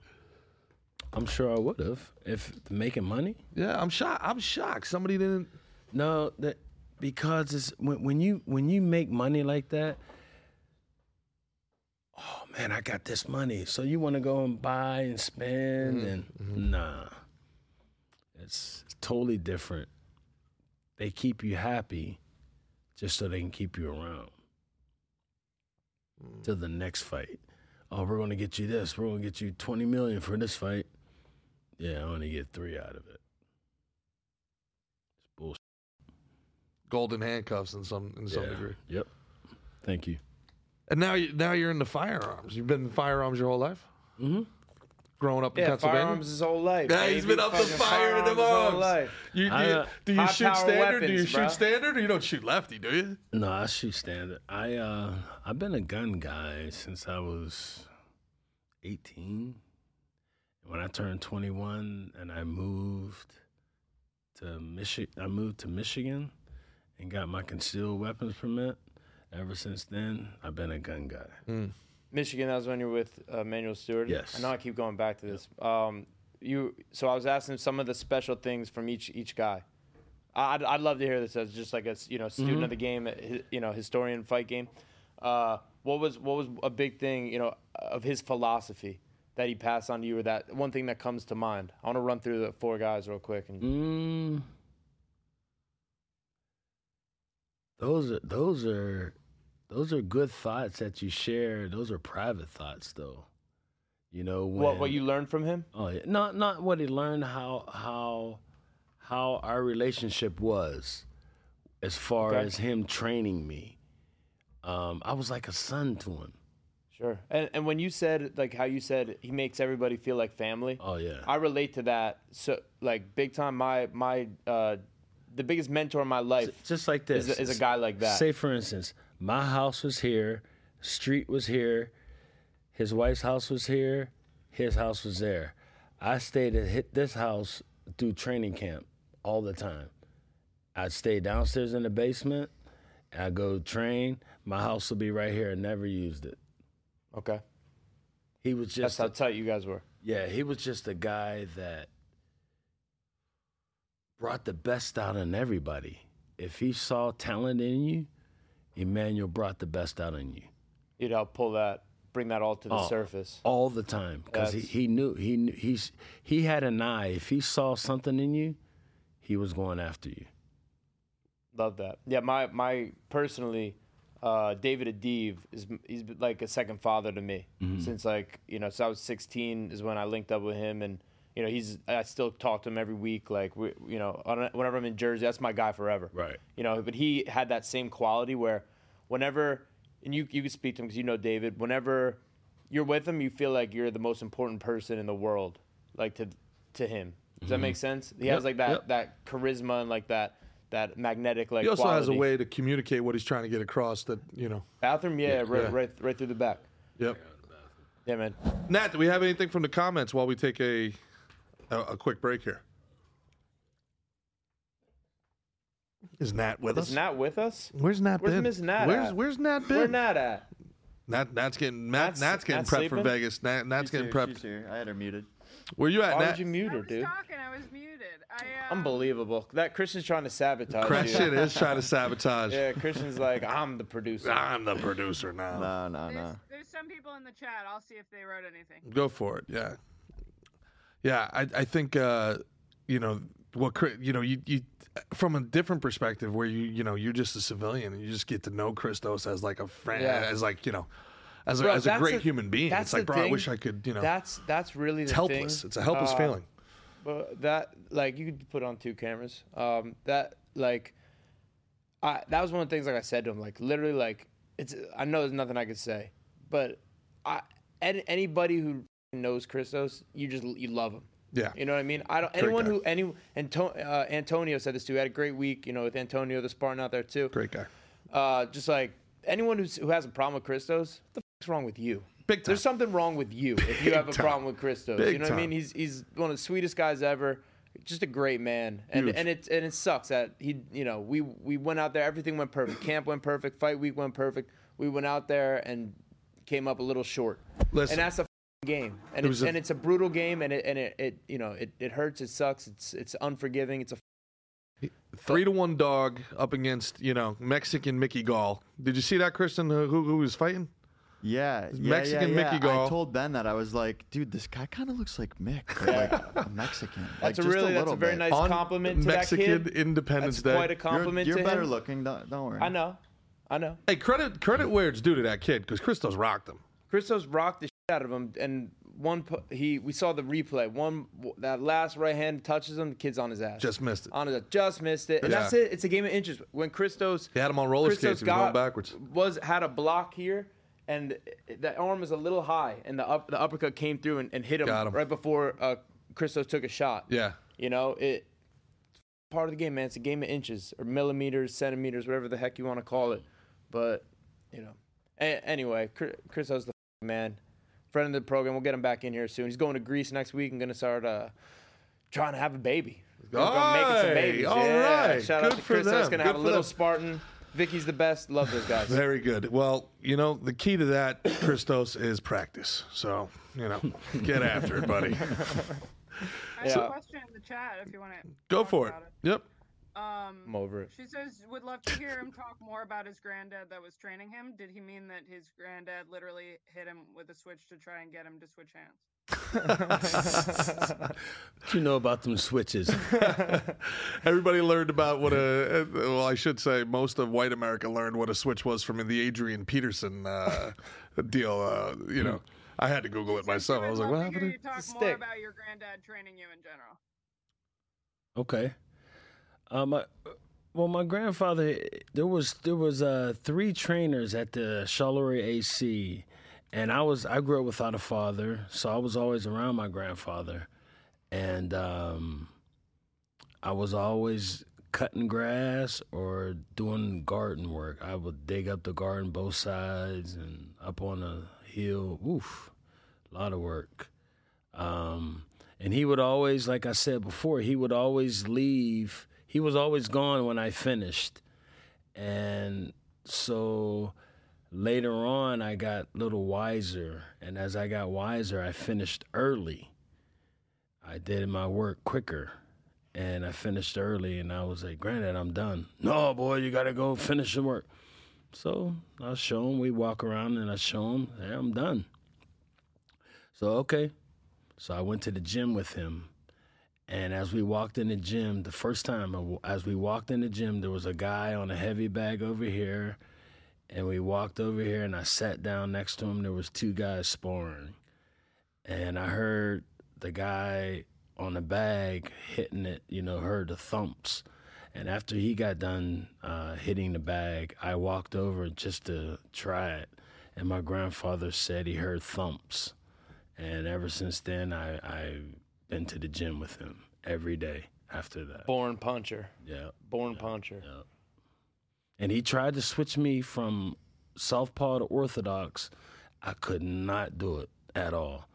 I'm sure I would have if making money. Yeah, I'm shocked. I'm shocked. Somebody didn't. No, that because it's when, when you when you make money like that. Oh man, I got this money, so you want to go and buy and spend and nah, it's, it's totally different. They keep you happy, just so they can keep you around to the next fight. Oh, we're gonna get you this. We're gonna get you twenty million for this fight. Yeah, I only get three out of it. It's bullshit. golden handcuffs in some in some degree. Yep. Thank you. And now, you, now you're into firearms. You've been in firearms your whole life. Mm-hmm. Growing up in Yeah, Pennsylvania. firearms his whole life. Yeah, he's baby. been up to Fucking fire in firearms the his whole arms. life. You, do you, I, uh, do you high shoot power standard? do you weapons, shoot bruh. standard? Or you don't shoot lefty, do you? No, I shoot standard. I uh I've been a gun guy since I was 18. When I turned 21 and I moved to Michigan, I moved to Michigan and got my concealed weapons permit. Ever since then, I've been a gun guy. Michigan. That was when you were with uh, Manuel Stewart. Yes. I know I keep going back to this. Um, you. So I was asking some of the special things from each each guy. I- I'd, I'd love to hear this as just like a s- you know student of the game, a hi- you know historian fight game. Uh, what was what was a big thing you know of his philosophy that he passed on to you, or that one thing that comes to mind? I want to run through the four guys real quick. And Mm. Those are those are those are good thoughts that you share. Those are private thoughts, though. You know when, what what you learned from him? Oh yeah, not not what he learned how how how our relationship was, as far Okay. as him training me. Um, I was like a son to him. Sure. And and when you said like how you said he makes everybody feel like family. Oh yeah, I relate to that. So like big time, my my uh, the biggest mentor in my life. just like this is a- is a guy like that. Say for instance, my house was here, street was here, his wife's house was here, his house was there. I stayed at hit this house through training camp all the time. I'd stay downstairs in the basement. I go train. My house will be right here. I never used it. Okay, He was that's just how a, tight you guys were. yeah. He was just a guy that brought the best out in everybody. If he saw talent in you, Emmanuel brought the best out in you You'd help pull that, bring that all to the Oh. surface. all the time because he, That's- he knew he knew, he's he had an eye. If he saw something in you, he was going after you. Love that. Yeah, my my personally, uh, David Adiv is he's been like a second father to me since like you know. So I was 16 is when I linked up with him, and you know he's I still talk to him every week. Like we, you know, on- whenever I'm in Jersey, that's my guy forever. Right. You know, but he had that same quality where, whenever, and you you can speak to him because you know David. Whenever you're with him, you feel like you're the most important person in the world, like to to him. Does that make sense? He has Yep, like that yep. that charisma and like that that magnetic like. He also has a quality. way to communicate what he's trying to get across. That you know. Bathroom, yeah, right, yeah. right, right through the back. Yep. Yeah, man. Nat, do we have anything from the comments while we take a a, a quick break here? Is Nat with us? Is Nat with us? Where's Nat Where's been? Miss Nat Where's at? Where's Nat been? Where Nat at? Nat, Nat's getting Nat, Nat's, Nat's- getting Nat's prepped for sleeping? Vegas. Nat, Nat's She's getting here, prepped. she's here. I had her muted. Where you at, Why Nat? would you mute I her, was dude? talking. I was muted. I, uh, Unbelievable. That Christian's trying to sabotage Crash you. shit is trying to sabotage. Yeah, Christian's like, I'm the producer. I'm the producer now. Nah, nah, There's, nah. there's some people in the chat. I'll see if they wrote anything. Go for it. Yeah. Yeah. I, I think, uh, you know, what, Chri- you know, you, you, from a different perspective where you, you know, you're just a civilian and you just get to know Christos as like a friend, Yeah. as like, you know, as a, Bro, as a that's great the- human being. that's It's like, the bro, I thing. wish I could, you know, That's that's really the it's helpless. thing. It's a helpless Uh, feeling. But that like you could put on two cameras. Um, that like, I that was one of the things like I said to him. Like literally, like it's I know there's nothing I could say, but I an- anybody who knows Christos, you just you love him. Yeah. You know what I mean? I don't. anyone who any Anto, uh, Antonio said this too. He had a great week, you know, with Antonio the Spartan out there too. Great guy. Uh, just like anyone who's, who has a problem with Christos, what the fuck's wrong with you? Big time. There's something wrong with you if you Big have a time. problem with Christos. Big you know what I time. mean? He's he's one of the sweetest guys ever. Just a great man, and Huge. and it and it sucks that he you know we we went out there, everything went perfect, camp went perfect, fight week went perfect. We went out there and came up a little short. Listen. and that's a f***ing game, and It it's, was a- and it's a brutal game, and it and it, it you know it, it hurts, it sucks, it's it's unforgiving, it's a Three to one dog up against, you know, Mexican Mickey Gall. Did you see that, Kristen, who, who who was fighting? Yeah, yeah, Mexican yeah, yeah. Mickey Gall. I told Ben that I was like, dude, this guy kind of looks like Mick, or like a Mexican. like, that's just a really that's little a very bit. nice On compliment to Mexican that kid. Independence That's Day. quite a You're- compliment You're, to better him. looking. Don't, don't worry. I know, I know. Hey, credit credit where it's due to that kid because Christos rocked him. Christos rocked the shit out of him, and one pu- he we saw the replay. One that last right hand touches him, the kid's on his ass. Just missed it. On his just missed it, and Yeah. that's it. It's a game of inches. When Christos They had him on roller skates. He was going backwards. was had a block here, and the arm was a little high, and the up, the uppercut came through and, and hit him, Got him. right before uh, Christos took a shot. Yeah. You know, it part of the game, man. It's a game of inches or millimeters, centimeters, whatever the heck you want to call it. But you know, a- anyway, Chri- Chris Ho's the f- man, friend of the program. We'll get him back in here soon. He's going to Greece next week and gonna start uh, trying to have a baby. He's gonna make Hey, some babies. all yeah. right. Shout Good out to for Chris Ho's them. gonna Good have a for little them. Spartan. Vicky's the best. Love those guys. Very good. Well, you know, the key to that, Christos, is practice. So, you know, get after it, buddy. I have Yeah. a question in the chat if you want to. Go for it. Yep. Um, I'm over it. she says would love to hear him talk more about his granddad that was training him. Did he mean that his granddad literally hit him with a switch to try and get him to switch hands? What you know about them switches? Everybody learned about what a, uh, well, I should say, most of white America learned what a switch was from the Adrian Peterson uh, deal. Uh, you know, I had to Google it She says she myself. I would was like, love what to hear happened? You talk It's a more stick. about your granddad training you in general. Okay. Um, I, well, my grandfather, there was there was uh, three trainers at the Charleroi AC, and I was I grew up without a father, so I was always around my grandfather, and um, I was always cutting grass or doing garden work. I would dig up the garden both sides and up on a hill. Oof, a lot of work. Um, and he would always, like I said before, he would always leave. He was always gone when I finished. And so later on, I got a little wiser. And as I got wiser, I finished early. I did my work quicker. And I finished early. And I was like, Granddad, I'm done. No, boy, you got to go finish the work. So I show him. We walk around and I show him, hey, I'm done. So, okay, so I went to the gym with him. And as we walked in the gym, the first time, I w- as we walked in the gym, there was a guy on a heavy bag over here. And we walked over here and I sat down next to him. There was two guys sparring. And I heard the guy on the bag hitting it, you know, heard the thumps. And after he got done uh, hitting the bag, I walked over just to try it. And my grandfather said he heard thumps. And ever since then, I, I've been to the gym with him every day after that. Born puncher. Yeah. Born puncher. And he tried to switch me from Southpaw to Orthodox. I could not do it at all.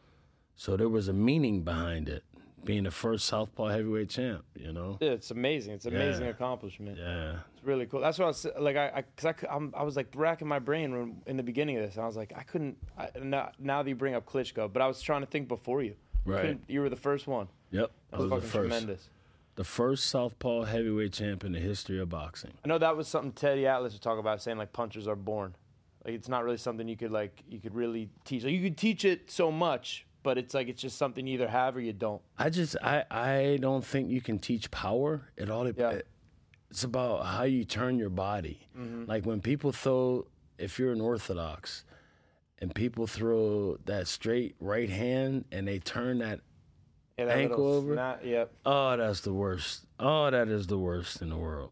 So there was a meaning behind it, being the first Southpaw heavyweight champ, you know? Yeah, it's amazing. It's an amazing Yeah. accomplishment. Yeah. It's really cool. That's why I was like, I, I, cause I, cou- I'm, I was like racking my brain when, in the beginning of this. And I was like, I couldn't. I, now, now that you bring up Klitschko, but I was trying to think before you. Right. Couldn't- You were the first one. Yep. I That was, was the fucking first. tremendous. The first Southpaw heavyweight champ in the history of boxing. I know that was something Teddy Atlas would talk about, saying like punchers are born. Like it's not really something you could like you could really teach. Like you could teach it so much, but it's like it's just something you either have or you don't. I just I I don't think you can teach power. It all dep- Yeah. it's about how you turn your body. Mm-hmm. Like when people throw, if you're an orthodox, and people throw that straight right hand and they turn that. Yeah, that Ankle little over? Snap, yep. Oh, that's the worst. Oh, that is the worst in the world.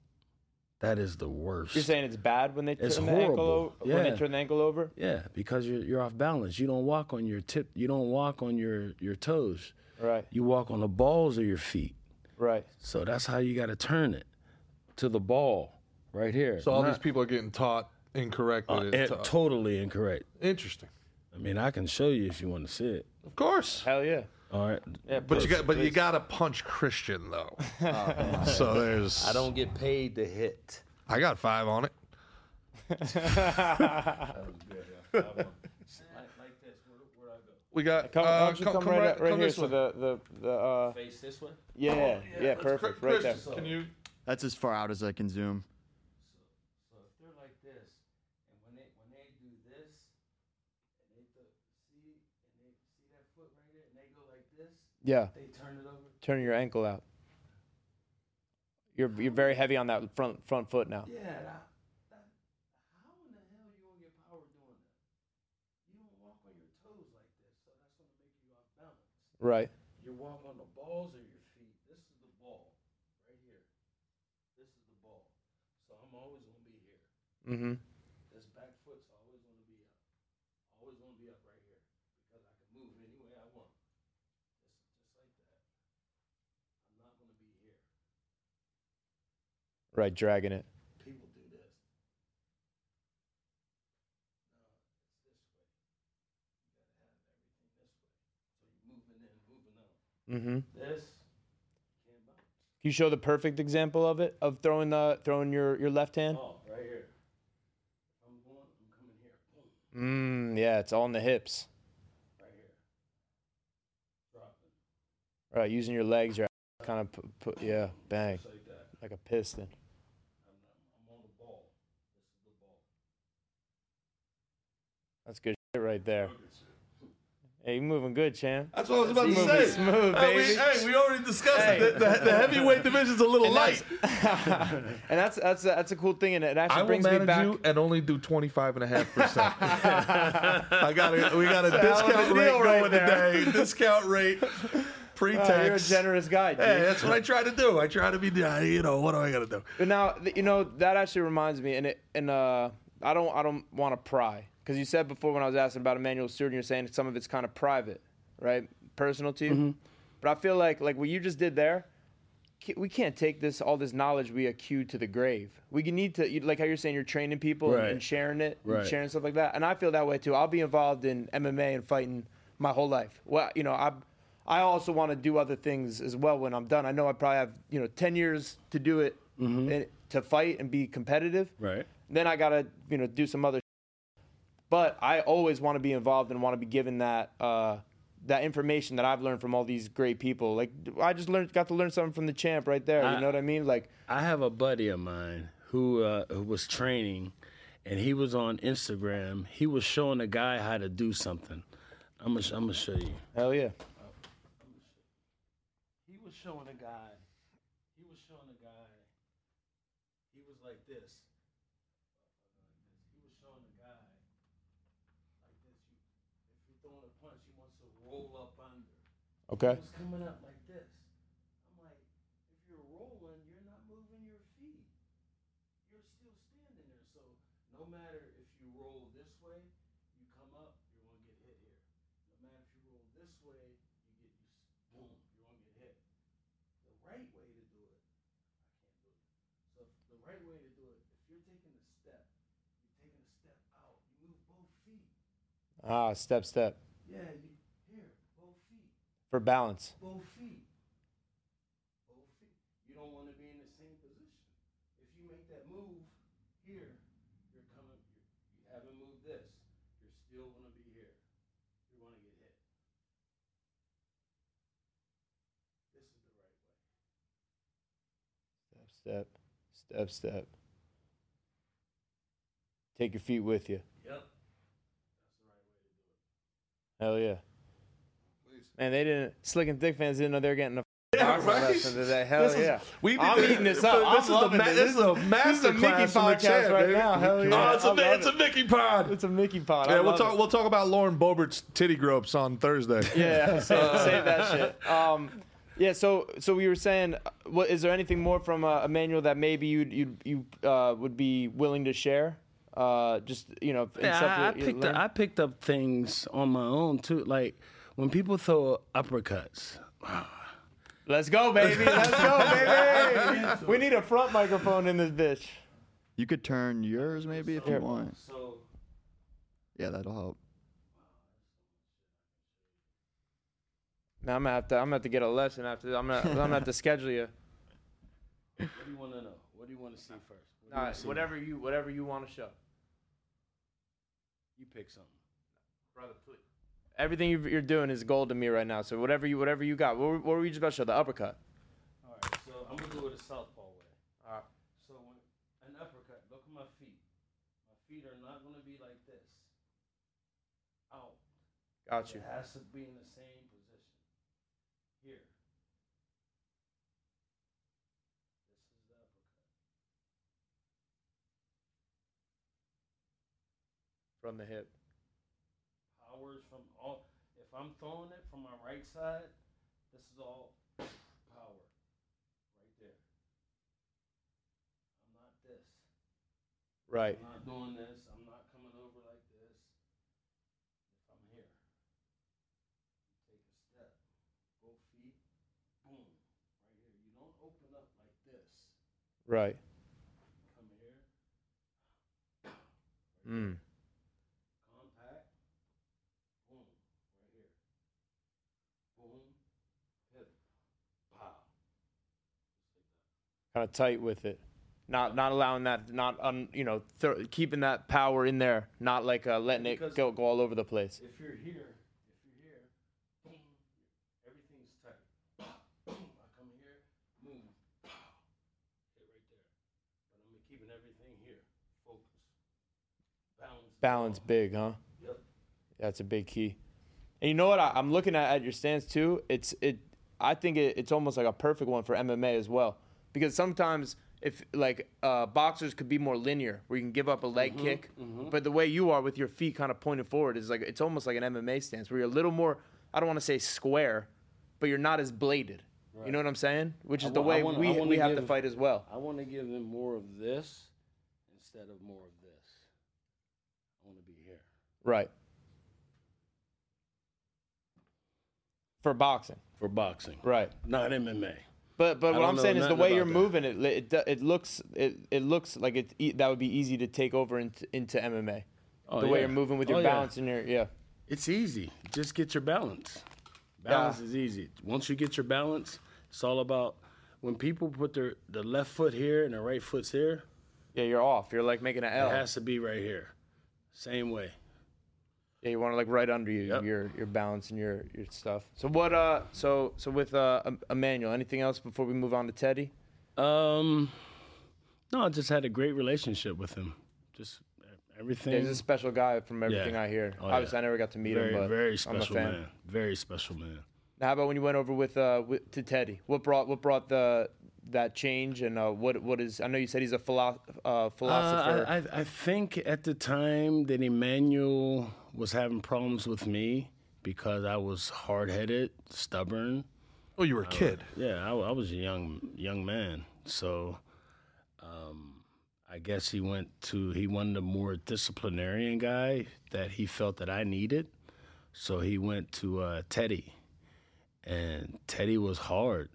That is the worst. You're saying it's bad when they turn It's the ankle over. horrible. When Yeah. they turn the ankle over. yeah, because you're you're off balance. You don't walk on your tip. You don't walk on your your toes. Right. You walk on the balls of your feet. Right. So that's how you got to turn it to the ball right here. So all Not- these people are getting taught incorrectly. Uh, It's, it- uh, totally incorrect. Interesting. I mean, I can show you if you want to see it. Of course. Hell yeah. All right. Yeah. But you please, got but you please. got to punch Christian though. so there's I don't get paid to hit. I got 5 on it. We got uh, Come, why don't you come, come, come right, right, up- right come here this so way. Oh, the the the uh, Face this one. yeah yeah, perfect right there. Can you That's as far out as I can zoom. So if they're like this, and when they when they do this, and they th- see and they see that foot right there, and they go like this, Yeah, they turn it over. turn your ankle out. You're you're very heavy on that front front foot now. Yeah. That, that, how in the hell you gonna get power doing that? You don't walk on your toes like this, so that's gonna make you off balance. Right. You walk on the balls of your feet. This is the ball right here. This is the ball. So I'm always gonna be here. Mm-hmm. This back foot's always gonna be up. Right, dragging it. People do this. No, it's this way. You gotta have everything this way. So you're moving in, moving out. Mm-hmm. This can't bounce. Can you show the perfect example of it of throwing the throwing your your left hand? Oh, right here. I'm going, I'm coming here. Boom, Mm, yeah, it's all in the hips. right here. Dropping. Right, using your legs, you're kind of put, put yeah, bang, Just like that. like a piston. I'm, I'm, I'm on the ball. This is the ball. That's good shit right there. Hey, you moving good, champ. That's what I was about to Smooth, say. smooth, Hey, we- baby. hey, we already discussed it. Hey. The, the- the heavyweight division's a little light. and that's that's that's a cool thing, and it actually I will brings me manage back. you and only do 25 and a half percent. I got it. We got a hell of discount a rate deal going right there. today. Discount rate, pre-tax. Oh, you're a generous guy, dude. Hey, that's what I try to do. I try to be, uh, you know, what do I got to do? But now th- you know that actually reminds me, and it and uh, I don't I don't want to pry because you said before when I was asking about Emmanuel Stewart, you're saying some of it's kind of private, right? Personal to you. But I feel like like what you just did there, ca- we can't take this all this knowledge we accrue to the grave. We can need to you- like how you're saying you're training people and, Right. and sharing it, and Right. sharing stuff like that. And I feel that way too. I'll be involved in MMA and fighting my whole life. Well, you know I. I also want to do other things as well when I'm done. I know I probably have, you know, 10 years to do it and, to fight and be competitive. Right. Then I got to, you know, do some other but I always want to be involved and want to be given that uh, that information that I've learned from all these great people. Like I just learned, got to learn something from the champ right there. you I- know what I mean? Like I have a buddy of mine who uh, who was training, and he was on Instagram. He was showing a guy how to do something. I'm gonna I'm gonna show you. hell yeah, He was showing a guy. He was showing a guy. He was like this. He was showing a guy like this. You, if you're throwing a punch, he wants to roll up under. okay, He was coming up like this. I'm like, if you're rolling, you're not moving your feet. You're still standing there. So no matter if you roll this way, you come up, you're gonna get hit here. No matter if you roll this way, you get you s- boom, you're gonna get hit. The right way to do it, I can't do it. So if the right way to do it, if you're taking a step, you're taking a step out. You move both feet. ah, step step Yeah, you, here, both feet for balance. both feet. Both feet. You don't want to be in the same position. If you make that move here, you're coming. You're, you haven't moved this. You're still going to be here. You're going to get hit. This is the right way. Step step step step. Take your feet with you. Yep. Hell yeah. Man, they didn't. Slick and Thick fans didn't know they were getting a boxing right? lesson today. Hell This is- yeah. we did I'm this- eating this up. this I'm is the loving ma- this. this is a This is a masterclass Mickey from the podcast champ, right baby. now. Hell yeah. Oh, it's a, I love it's a it. Mickey pod. It's a Mickey pod. I Yeah, we'll love talk. it. We'll talk about Lauren Bobert's titty gropes on Thursday. Yeah, save, save that shit. Um, yeah, so so we were saying, uh, what is there anything more from uh, Emmanuel that maybe you you you uh, would be willing to share? Uh, just you know, and Yeah, stuff I, I that you picked up, learned? I picked up things on my own too. Like when people throw uppercuts, Let's go, baby. Let's go, baby. we need a front microphone in this bitch. You could turn yours maybe if you want. So Yeah, that'll help. Now I'm gonna have to I'm gonna have to get a lesson after. This. I'm gonna I'm gonna have to schedule you. what do you want to know? What do you want to see first? What do you All wanna right, see? whatever you whatever you want to show, You pick something. brother. Please. Everything you've- you're doing is gold to me right now. So whatever you whatever you got. What were, what were we just about to show? The uppercut. All right. So I'm gonna do it a southpaw way. All right. So when, an uppercut. Look at my feet. My feet are not gonna be like this. Out. Got you. It has to be in the same position. Here. This is the uppercut. From the hip. Powers from all. If I'm throwing it from my right side, this is all power. Right there. I'm not this. Right. I'm not doing this. I'm not coming over like this. If I'm here, take a step, go feet, boom, right here. You don't open up like this. Right. You Mm. Compact. Boom. Right here. Boom. Pivot. Pow. kind of tight with it. Not not allowing that, not un, you know, th- keeping that power in there, not like uh, letting it Because- go go all over the place. If you're here, if you're here, boom, everything's tight. Boom, I come here, move, pow, hit right there. But I'm keeping everything here, focus, balance. the Balance ball. big, huh? Yep. That's a big key. And you know what? I, I'm looking at, at your stance too. It's it. I think it, it's almost like a perfect one for MMA as well, because sometimes if like uh, boxers could be more linear, where you can give up a leg Mm-hmm, kick, but the way you are with your feet kind of pointed forward is like it's almost like an MMA stance where you're a little more. I don't want to say square, but you're not as bladed. You know what I'm saying? Which I is the wa- I way wanna- I we, wanna we have to give- fight as well. I want to give them more of this instead of more of this. I want to be here. Right. For boxing, for boxing, right. not MMA. But but I what don't I'm know saying is the nothing about way you're that. moving it, li- it do- it looks it, it looks like it e- that would be easy to take over into, into MMA. Oh, the way yeah. you're moving with Oh, your yeah. balance and your yeah. It's easy. Just get your balance. Balance is easy. Once you get your balance, it's all about when people put their the left foot here and the right foot's here. Yeah, you're off. You're like making an L. It has to be right here. Same way. Yeah, you want to like right under you Yep. your your balance and your your stuff. So what uh so so with uh Em- Emmanuel, anything else before we move on to Teddy? Um, no, I just had a great relationship with him. Just uh, everything. He's a special guy from everything I hear. Oh, yeah. Obviously, I never got to meet very, him, but very I'm a special fan. man. Very special man. Now, how about when you went over with uh with, to Teddy? What brought what brought the that change and uh, what what is? I know you said he's a philo- uh, philosopher. Uh, I, I, I think at the time that Emmanuel was having problems with me because I was hard headed, stubborn. Oh, you were a kid. Yeah, I, I was a young young man, so um, I guess he went to he wanted a more disciplinarian guy that he felt that I needed, so he went to uh, Teddy, and Teddy was hard.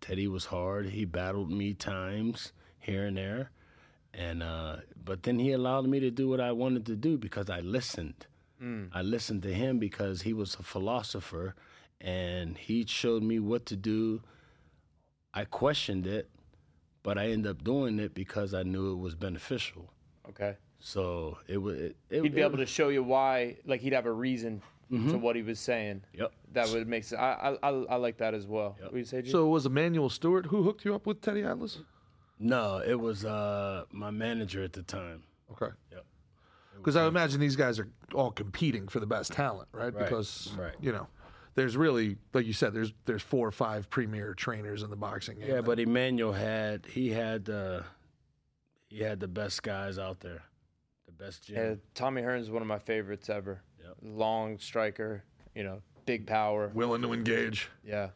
Teddy was hard. He battled me times here and there, and uh, but then he allowed me to do what I wanted to do because I listened. I listened to him because he was a philosopher and he showed me what to do. I questioned it, but I ended up doing it because I knew it was beneficial. okay. So it would. It, it, he'd be it- able to show you why like he'd have a reason Mm-hmm. to what he was saying Yep. that would make sense i i, I, I like that as well what you say G? So it was Emmanuel Stewart who hooked you up with Teddy Atlas? No, it was uh, my manager at the time. Okay. Yep. Because I imagine these guys are all competing for the best talent, right? Right, Because right. you know, there's really, like you said, there's there's four or five premier trainers in the boxing game. Yeah, but Emmanuel had he had uh, he had the best guys out there, the best gym. yeah, tommy hearns is one of my favorites ever long striker you know big power willing to engage. yeah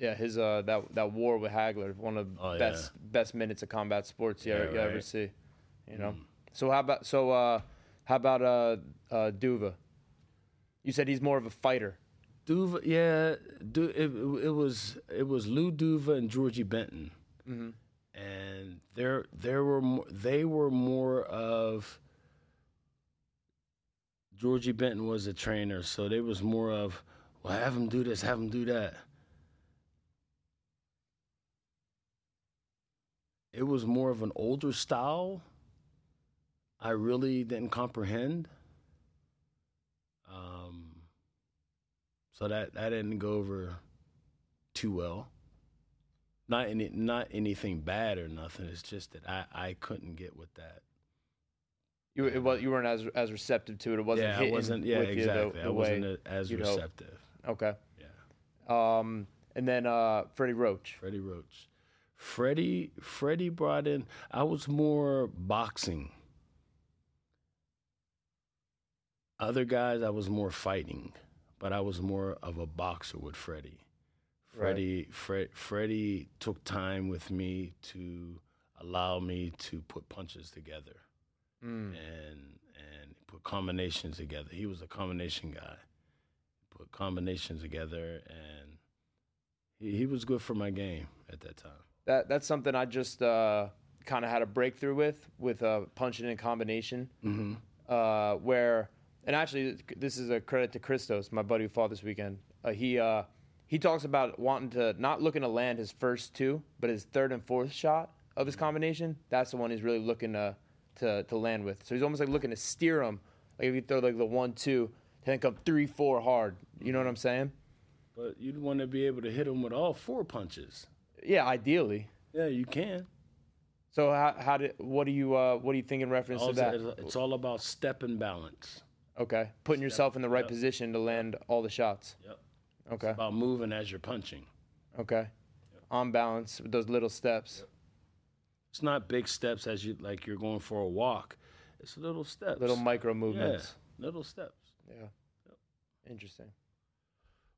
yeah his uh that that war with hagler one of the Oh, yeah. best best minutes of combat sports you, ever, Yeah, you ever right. Hmm. see you know so how about so uh how about uh uh duva you said he's more of a fighter Duva, yeah, du, it, it was it was Lou Duva and Georgie Benton, and there there were more, they were more of. Georgie Benton was a trainer, so they was more of, well, have him do this, have him do that. It was more of an older style. I really didn't comprehend. Um, so that that didn't go over too well. Not any, not anything bad or nothing. It's just that I, I couldn't get with that. You it was you weren't as as receptive to it. It wasn't yeah, I hitting wasn't. Yeah, with you the- exactly. the I wasn't way a- as you'd hope. receptive. Okay. Yeah. Um, and then uh, Freddie Roach. Freddie Roach. Freddie Freddie brought in I was more boxing. Other guys I was more fighting, but I was more of a boxer with Freddie. Freddie Fred, Freddie took time with me to allow me to put punches together Mm. Hmm. and and put combinations together. He was a combination guy. Put combinations together and he, he was good for my game at that time. That that's something I just uh, kind of had a breakthrough with with uh, punching in combination. uh, where, and actually, this is a credit to Christos, my buddy who fought this weekend. Uh, he uh, he talks about wanting to not looking to land his first two, but his third and fourth shot of his combination. That's the one he's really looking to to, to land with. So he's almost like looking to steer him. Like if you throw like the one two, then come three four hard. You know what I'm saying? But you'd want to be able to hit him with all four punches. Yeah, ideally. Yeah, you can. So how how did what do you uh, what do you think in reference All to that? it's- it's all about step and balance. Okay, putting yourself in the right yep. position to land all the shots. Yep. Okay. About moving as you're punching. Okay. On balance with those little steps. It's not big steps as you like you're going for a walk. It's little steps. Little micro yeah, movements. little steps. Yeah. Interesting.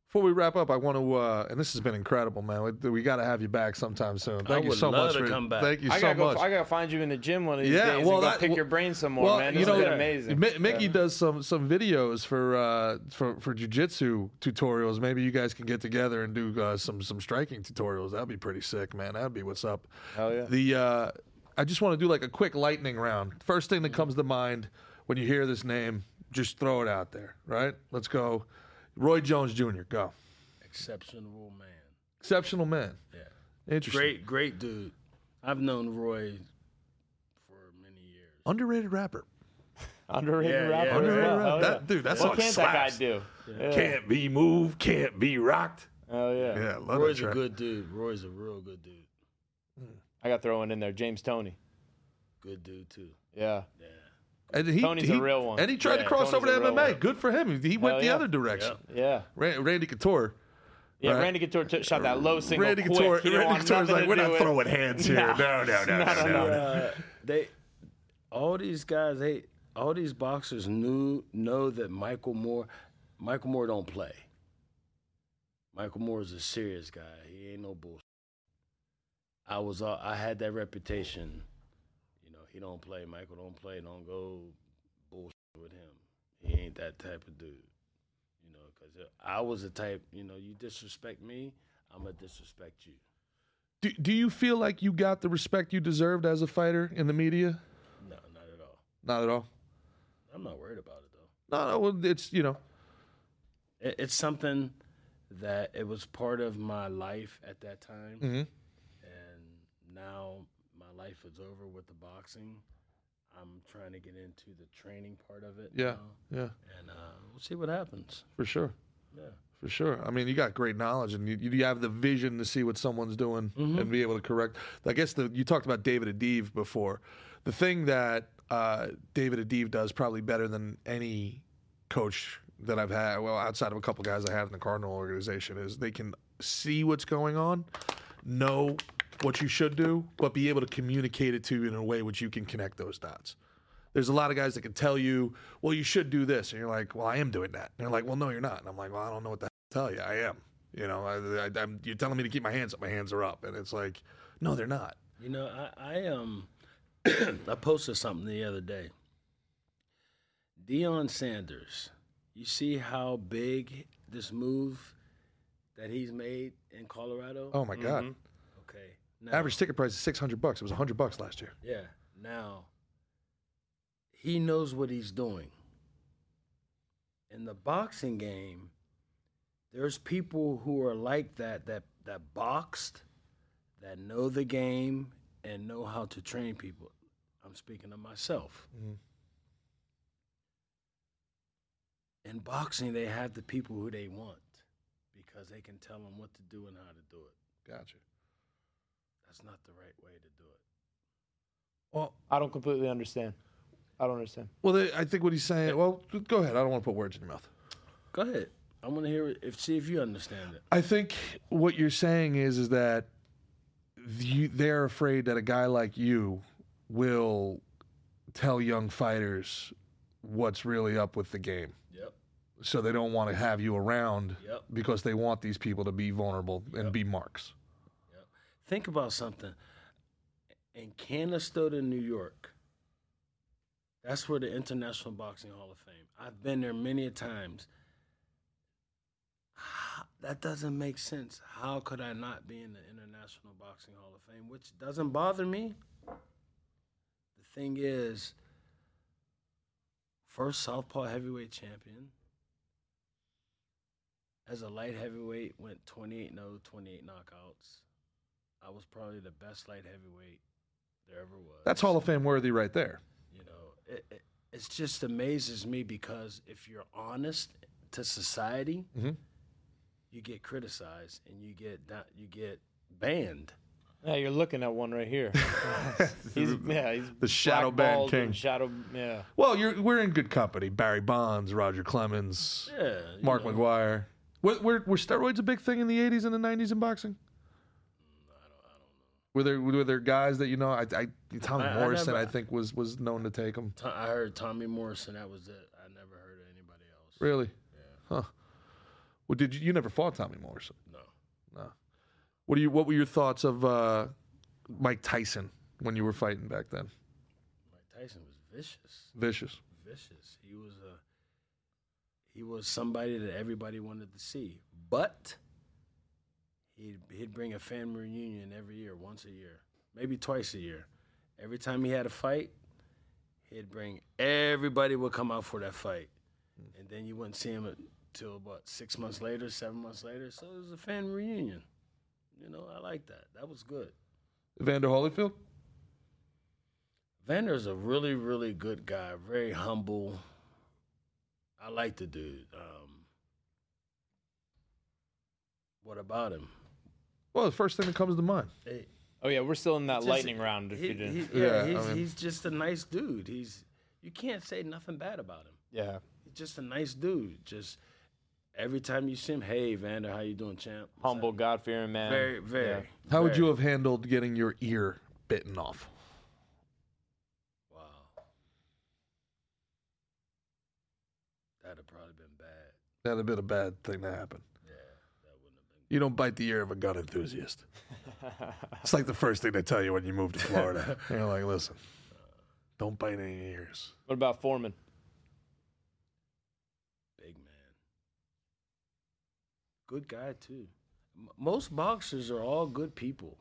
Before we wrap up, I want to, uh, and this has been incredible, man. We, we got to have you back sometime soon. Thank you would so love much to for come back. Thank you I so gotta go. much. I gotta find you in the gym one of these yeah, days well, and go that, pick well- your brain some more, well, man. you This know, has been amazing. Mi- Mickey does some some videos for uh, for for jujitsu tutorials. Maybe you guys can get together and do uh, some some striking tutorials. That'd be pretty sick, man. That'd be what's up. Hell yeah. The uh, I just want to do like a quick lightning round. First thing that comes to mind when you hear this name, just throw it out there. Right? Let's go. Roy Jones Jr. Go. Exceptional man. Exceptional man. Yeah. Interesting. Great, great dude. I've known Roy for many years. Underrated rapper. Underrated Yeah, rapper. yeah, as Underrated well. rapper. Hell That- yeah. dude, that What song can't that guy slaps. do? Yeah. Can't be moved. Can't be rocked. Hell yeah. Yeah, I love Roy's that a track. good dude. Roy's a real good dude. I got throwing in there James Tony. Good dude too. Yeah. And he, Tony's a he- real one. And he tried to Yeah, cross Tony's a over to real MMA. one. Good for him. He went Hell the yeah. other direction. Yeah. Ra- Randy Couture. Yeah, Right. Randy Couture t- shot that low single. Randy quick. Couture. He didn't Randy want Couture's nothing like, to we're do not with- throwing hands here. No, No. no, no, no, no. no, no. Uh, they, all these guys, they, all these boxers knew know that Michael Moore, Michael Moore don't play. Michael Moore is a serious guy. He ain't no bullshit. I was, all, I had that reputation. You know, he don't play. Michael don't play. Don't go bullshit with him. He ain't that type of dude. You know, because I was the type. You know, you disrespect me, I'm gonna disrespect you. Do, do you feel like you got the respect you deserved as a fighter in the media? No, not at all. Not at all. I'm not worried about it though. No, no. well, It's, you know, it, it's something that it was part of my life at that time Mhm. and now my life is over with the boxing i'm trying to get into the training part of it yeah, now, yeah, and uh, we'll see what happens for sure. Yeah. For sure. I mean, you got great knowledge and you, you have the vision to see what someone's doing and be able to correct. I guess the, you talked about David Adiv before. The thing that uh, David Adiv does probably better than any coach that I've had, well, outside of a couple guys I had in the Cardinal organization, is they can see what's going on, know what you should do, but be able to communicate it to you in a way which you can connect those dots. There's a lot of guys that can tell you, well, you should do this. And you're like, well, I am doing that. And they're like, well, no, you're not. And I'm like, well, I don't know what the hell to tell you. I am. You know, I, I, I'm, you're telling me to keep my hands up. My hands are up. And it's like, no, they're not. You know, I, I um I posted something the other day. Deion Sanders, you see how big this move that he's made in Colorado? Oh, my Mm-hmm. God. Okay. Now, Average ticket price is 600 bucks. It was 100 bucks last year. Yeah. Now he knows what he's doing. In the boxing game, there's people who are like that that that boxed, that know the game and know how to train people. I'm speaking of myself. In boxing, they have the people who they want because they can tell them what to do and how to do it. Gotcha. That's not the right way to do it. Well, I don't completely understand. I don't understand. well, they, I think what he's saying. Well, go ahead. I don't want to put words in your mouth. Go ahead. I want to hear it. If see if you understand it. I think what you're saying is is that you, they're afraid that a guy like you will tell young fighters what's really up with the game. Yep. So they don't want to have you around Yep. because they want these people to be vulnerable and be marks. Think about something. In Canastota, New York, that's where the International Boxing Hall of Fame. I've been there many a times. Ah, That doesn't make sense. How could I not be in the International Boxing Hall of Fame? Which doesn't bother me. The thing is, First Southpaw heavyweight champion. As a light heavyweight, went 28 0, 28 knockouts. I was probably the best light heavyweight there ever was. That's Hall of Fame worthy right there. You know, it, it it's just amazes me because if you're honest to society, Mhm. you get criticized and you get da- you get banned. Yeah, you're looking at one right here. he's yeah, he's The shadow banned blackballed and king. Shadow, yeah. Well, you're we're in good company. Barry Bonds, Roger Clemens, Yeah, you Mark know, McGuire. Were, were, were steroids a big thing in the 80s and the 90s in Mm, boxing? Were there were there guys that you know? I, I Tommy I- I Morrison, I, never- think, was was known to take them. To- I heard Tommy Morrison. That was it. I never heard of anybody else. Really? Huh. Well, did you, you never fought Tommy Morrison? No. No. What do you? What were your thoughts of uh, Mike Tyson when you were fighting back then? Mike Tyson was vicious. Vicious. Vicious. He was a. He was somebody that everybody wanted to see, but he'd he'd bring a family reunion every year, once a year, maybe twice a year. Every time he had a fight, he'd bring everybody would come out for that fight, and then you wouldn't see him until about six months later, seven months later. So it was a family reunion. You know, I like that. That was good. Vander Holyfield. Vander's a really, really good guy. Very humble. I like the dude. Um, what about him? Well, the first thing that comes to mind. Hey, Oh yeah, we're still in that just- lightning round. If he- you didn't, he- Yeah, yeah, I he's, mean- he's just a nice dude. He's you can't say nothing bad about him. yeah. He's just a nice dude. Just every time you see him, hey Vander, how you doing, champ? What's Humble, up?" God fearing man. Very, very. Yeah. How would very- you have handled getting your ear bitten off? Wow. That'd have probably been bad. That'd have been a bad thing to happen. Yeah, that wouldn't have been. You don't bite the ear of a gun enthusiast. it's like the first thing they tell you when you move to Florida. They're like, listen, don't bite any ears. What about Foreman? Big man. Good guy too. M- most boxers are all good people.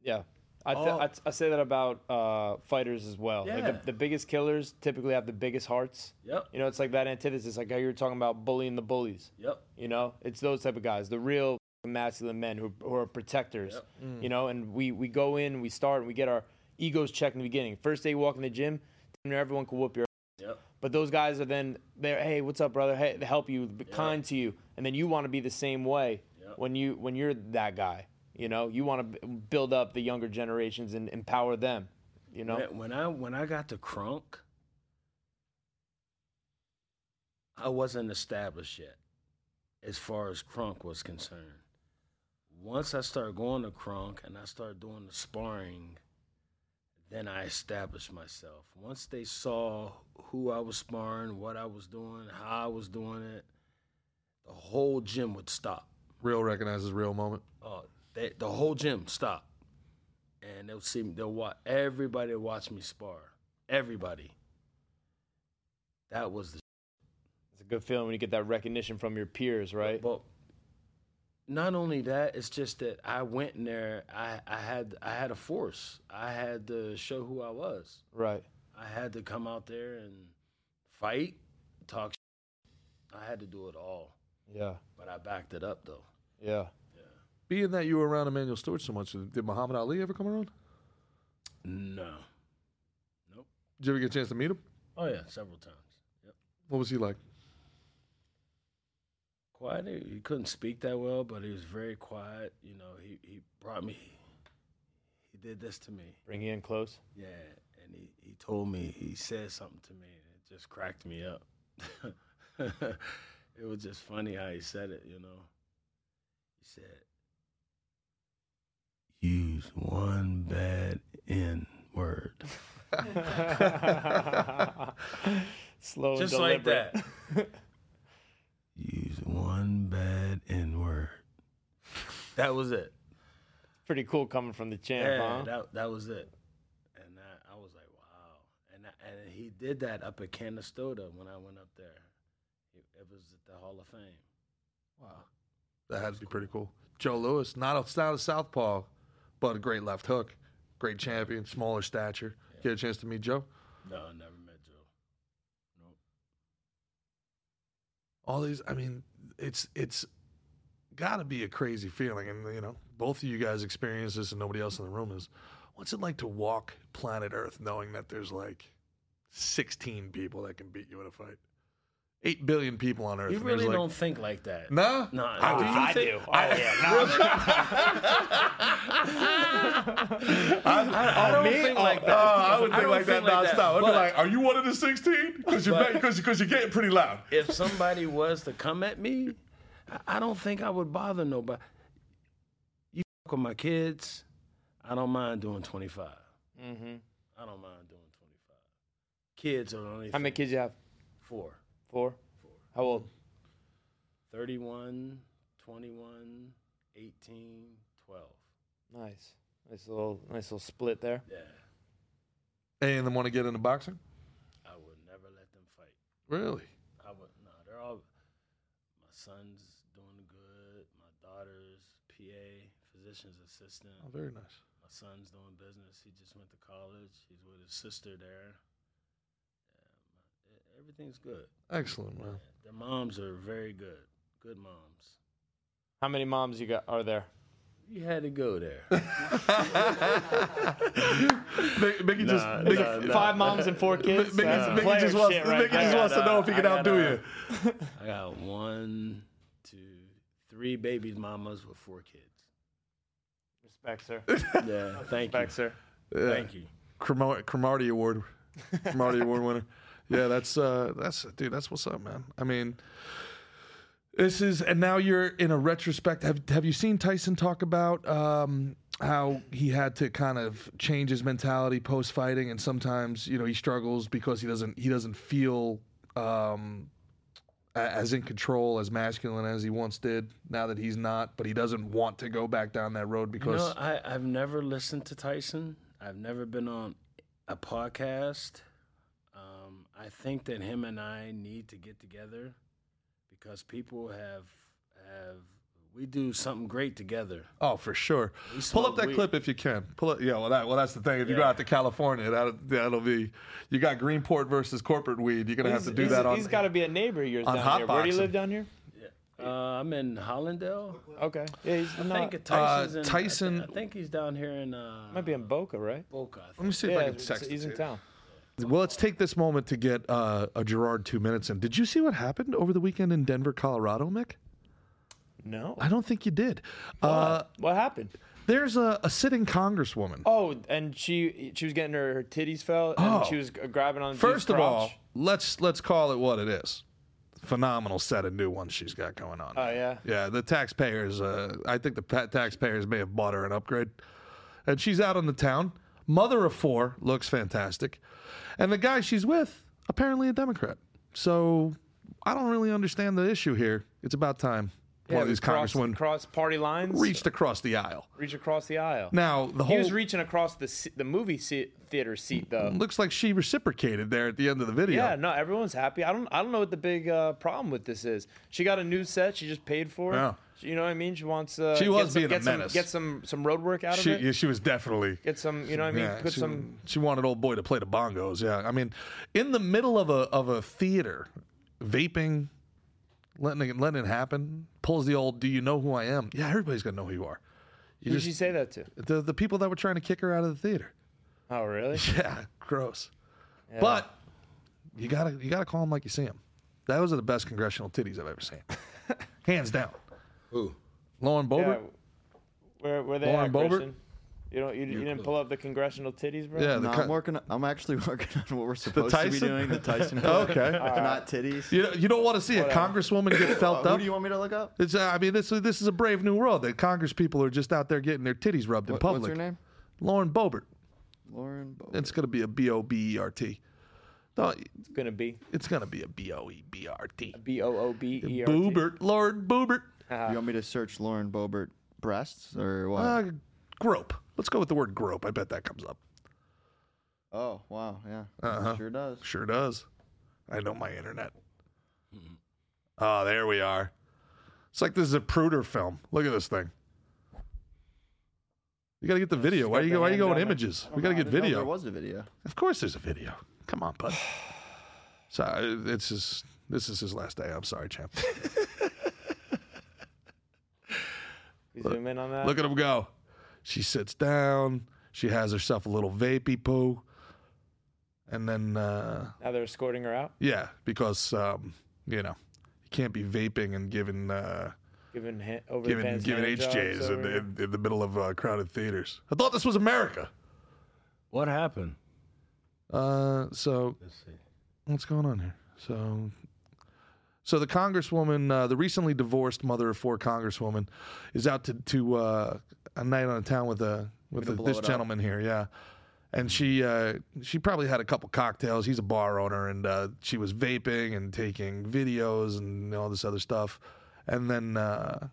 Yeah. I, th- Oh. I, I say that about uh, fighters as well. Like Yeah. the, the biggest killers typically have the biggest hearts. Yep. You know, it's like that antithesis, like how you were talking about bullying the bullies. Yep. You know, it's those type of guys, the real masculine men who, who are protectors. You know, and we, we go in, we start, and we get our egos checked in the beginning. First day you walk in the gym, damn near everyone can whoop your Yep. but those guys are then they're hey, what's up, brother? Hey, they help you, be kind to you, and then you want to be the same way Yeah. when you when you're that guy. You know, you want to build up the younger generations and empower them. You know, When- When I when I got to Crunk, I wasn't established yet, as far as Crunk was concerned. Once I started going to Crunk and I started doing the sparring, then I established myself. Once they saw who I was sparring, what I was doing, how I was doing it, the whole gym would stop. Real recognizes real moment. Oh, they, the whole gym stopped, and they'll see me. They'll watch everybody watch me spar. Everybody. That was the it's a good feeling when you get that recognition from your peers, right? But not only that, it's just that I went in there. I, I had I had a force. I had to show who I was. Right. I had to come out there and fight, talk. shit. I had to do it all, Yeah. but I backed it up though. Yeah. Being that you were around Emmanuel Stewart so much, did Muhammad Ali ever come around? No. Did you ever get a chance to meet him? Oh yeah, several times. Yep. What was he like? quiet. He, he couldn't speak that well, but he was very quiet. You know, he, he brought me. He did this to me. Bring you in close. Yeah, and he, he told me he said something to me, and it just cracked me up. it was just funny how he said it. You know, he said, "Use one bad n word." Slow Just and like deliberate. that. Use one bad n word. That was it. Pretty cool coming from the champ, huh? Yeah, that that was it. And I, I was like, wow. And I, and he did that up at Canastota when I went up there. It, it was at the Hall of Fame. That had to be pretty cool. Joe Lewis, not a, not a southpaw, but a great left hook, great Oh, champion, smaller stature. Get a chance to meet Joe. No, I never met Joe. all these. I mean, it's it's got to be a crazy feeling, and you know, both of you guys experience this, and nobody else in the room is. What's it like to walk planet Earth knowing that there's like 16 people that can beat you in a fight? Eight billion people on Earth. You and there's, really like- don't think like that. Nah, No, I, do do you I, do. think- Oh, yeah. No. I don't think like that. oh, uh, I would I think don't like that think like that, nonstop. I'd be but- like, "Are you one of the 16? Because you're But- because because you're getting pretty loud." if somebody was to come at me, I- I don't think I would bother nobody. You fuck with my kids, I don't mind doing 25. Mm-hmm. I don't mind doing 25. Kids are the only How many kids you have? four. Four. How old? 31, 21, 18, 12. Mm-hmm. Nice. Nice little, nice little split there. Yeah, And then want to get into boxing? I would never let them fight. Really? I would no. They're all my son's doing good. My daughter's PA, physician's assistant. Oh, very nice. My son's doing business. He just went to college. He's with his sister there. Yeah, my- e- everything's good. Excellent, man. Yeah, Their moms are very good. Good moms. How many moms you got are there? You had to go there. Mick- Mickey just Nah, Mickey, nah, nah. Five moms and four kids. Mickey, That's Mickey player just wants, shit right Mickey there. just wants to gotta- know if he I can outdo you. gotta- I got one, two, three baby mamas with four kids. Respect, sir. Yeah, thank you. Respect, sir. Yeah. Thank you. Cremar- Cromartie Award, Cromartie Award winner. Yeah, that's uh, that's dude, that's what's up, man. I mean, this is, and now you're in a retrospect. Have Have you seen Tyson talk about um, how he had to kind of change his mentality post fighting, and sometimes you know he struggles because he doesn't he doesn't feel um, a- as in control, as masculine as he once did. Now that he's not, but he doesn't want to go back down that road You because know, I, I've never listened to Tyson. I've never been on a podcast. Um, I think that him and I need to get together because people have have we do something great together. Oh, for sure. Pull up smoke that weed. clip if you can. Pull up. Yeah. Well, that. Well, that's the thing. If you go Yeah. out to California, that that'll be. You got Greenport versus corporate weed. You're gonna have to do He's- that on. He's got to be a neighbor of yours on down hot here. Where do you boxing. live down here? Uh, I'm in Hollandale. Okay. Yeah, he's I not. think Tyson's in, I thi- uh, Tyson- I, think he's down here in uh, might be in Boca, right? Boca. I Let me think. see if I can text. he's it in to you. town. Well, let's take this moment to get uh, a Gerard two minutes in. Did you see what happened over the weekend in Denver, Colorado, Mick? No. I don't think you did. Uh, what happened? there's a, a sitting congresswoman. Oh, and she she was getting her, her titties felt, and Oh. she was grabbing on. the dude's First of all, crotch. let's let's call it what it is. Phenomenal set of new ones she's got going on. Oh, yeah? yeah. The taxpayers, uh, I think the pa- taxpayers may have bought her an upgrade, and she's out on the town. Mother of four, looks fantastic, and the guy she's with apparently a Democrat. So I don't really understand the issue here. It's about time one of these cross, congressmen cross party lines, reach, reached across the aisle. across the aisle. Now the he whole was reaching across the se- the movie se- theater seat though. looks like she reciprocated there at the end of the video. Yeah, no, everyone's happy. I don't I don't know what the big uh, problem with this is. She got a new set. She just paid for it. Yeah. You know what I mean? She wants. Uh, She get was some- being a get some, menace. Get some some road work out she of it. yeah, she was definitely Get some. You know what I mean? Yeah, Put she, some. she wanted old boy to play the bongos. Yeah, I mean, in the middle of a of a theater, vaping, letting it, letting it happen, pulls the old "Do you know who I am?" Yeah, everybody's gonna know who you are. You Who did she just say that to? the the people that were trying to kick her out of the theater. Oh, really? Yeah, gross. But you gotta you gotta call them like you see them. Those are the best congressional titties I've ever seen, hands down. Who? Lauren Yeah. Boebert. Where where they Lauren at, Boebert? Christian? You don't you, you didn't pull up the congressional titties, bro? Yeah, the No, co- I'm working. on- I'm actually working on what we're supposed to be Tyson? doing. The Tyson. Okay. Not titties. You, you don't want to see a congresswoman get felt Who up. do you want me to look up? It's, uh, I mean, this this is a brave new world that Congress people are just out there getting their titties rubbed in What- public. What's her name? Lauren Boebert. Lauren. Bo- It's going to be a B O B E R T. No, It's gonna be it's going to be a B O E B R T. B O O B E R T. Ah, Boobert. Lauren Boebert. you want me to search Lauren Boebert breasts or what? Uh, grope. Let's go with the word grope. I bet that comes up. oh wow, yeah, uh-huh. sure does. Sure does. I know my internet. Oh, there we are. It's like this is a Pruder film. Look at this thing. You got to get the video. Why are you, the why you hand going on it. images? We got to get I didn't know video. There was a video. Of course, there's a video. Come on, bud. So I- uh, it's just This is his last day. I'm sorry, champ. You zoom in on that. Look at him go. She sits down. She has herself a little vapey poo. And then, uh, now they're escorting her out, yeah, because, um, you know, you can't be vaping and giving, uh, giving hand, over giving, giving HJs in, in, in the middle of uh, crowded theaters. I thought this was America. What happened? Uh, so Let's see. what's going on here? So, so the congresswoman, uh, the recently divorced mother of four congresswoman, is out to to uh, a night on the town with a with Gonna a- blow this it up. gentleman here, yeah. And she uh, she probably had a couple cocktails. He's a bar owner, and uh, she was vaping and taking videos and all this other stuff. And then, uh,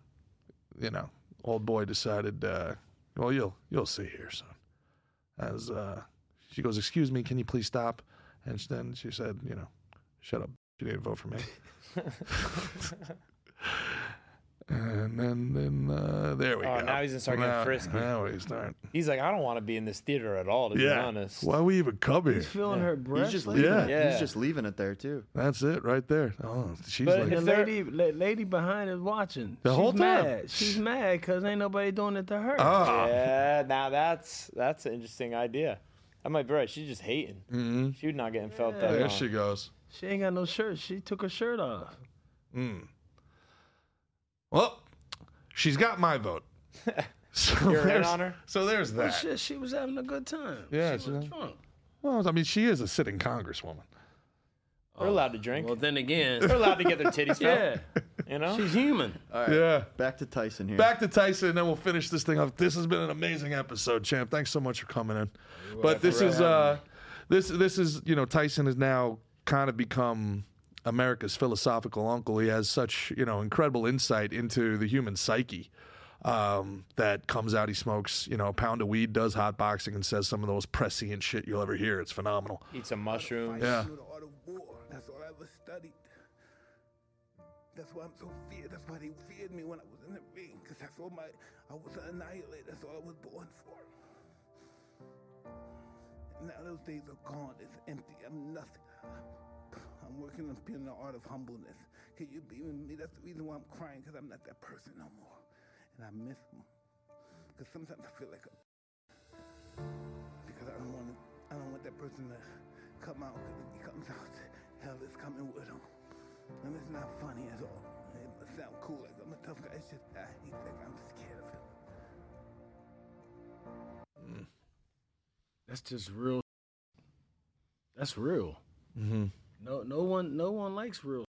you know, old boy decided, uh, well, you'll you'll see here, son as uh, she goes, "Excuse me, can you please stop?" And sh- then she said, "You know, shut up. You didn't vote for me." and then, then uh, there we Oh, go. now he's gonna start getting Now- frisky. Now we start. He's like, I don't want to be in this theater at all, to be Yeah. honest. Why we even come here? Feeling her breath. He's just like- leaving Yeah. it. Yeah. He's just leaving it there too. That's it, right there. Oh, she's But like, the If they're- lady, la- lady behind is watching. The She's whole time. Mad. She's mad because ain't nobody doing it to her. ah, Yeah, now that's that's an interesting idea. I might be right. She's just hating. Mm-hmm. She's not getting felt that there long. she goes. She ain't got no shirt. She took her shirt off. Well, she's got my vote. So You're in there's- on her? So there's that. Shit, she was having a good time. Yeah, she she was was. drunk. Well, I mean, she is a sitting congresswoman. They're allowed to drink. Well, then again, They're allowed to get their titties felt. yeah, You know? she's human. Yeah. Back to Tyson here. Back to Tyson, and then we'll finish this thing up. This has been an amazing episode, champ. Thanks so much for coming in. But this is uh, this this is you know Tyson has now kind of become America's philosophical uncle. He has such you know incredible insight into the human psyche um, that comes out. He smokes you know a pound of weed, does hot boxing, and says some of the most prescient shit you'll ever hear. It's phenomenal. Eat some mushrooms. Yeah. through the art of war. That's all I ever studied. That's why I'm so feared. That's why they feared me when I was in the ring. Because that's all my, I was an annihilator. That's all I was born for. Now those days are gone. It's empty. I'm nothing. I'm working on being the art of humbleness. Can you be with me? That's the reason why I'm crying, because I'm not that person no more. And I miss them. Because sometimes I feel like a because I don't want to, I don't want that person to come out. 'cause if he comes out, hell is coming with him, and it's not funny at all. It must sound cool, like I'm a tough guy. It's just I hate that I'm scared of him. That's just real. That's real. Mm-hmm. No, no one, no one likes real.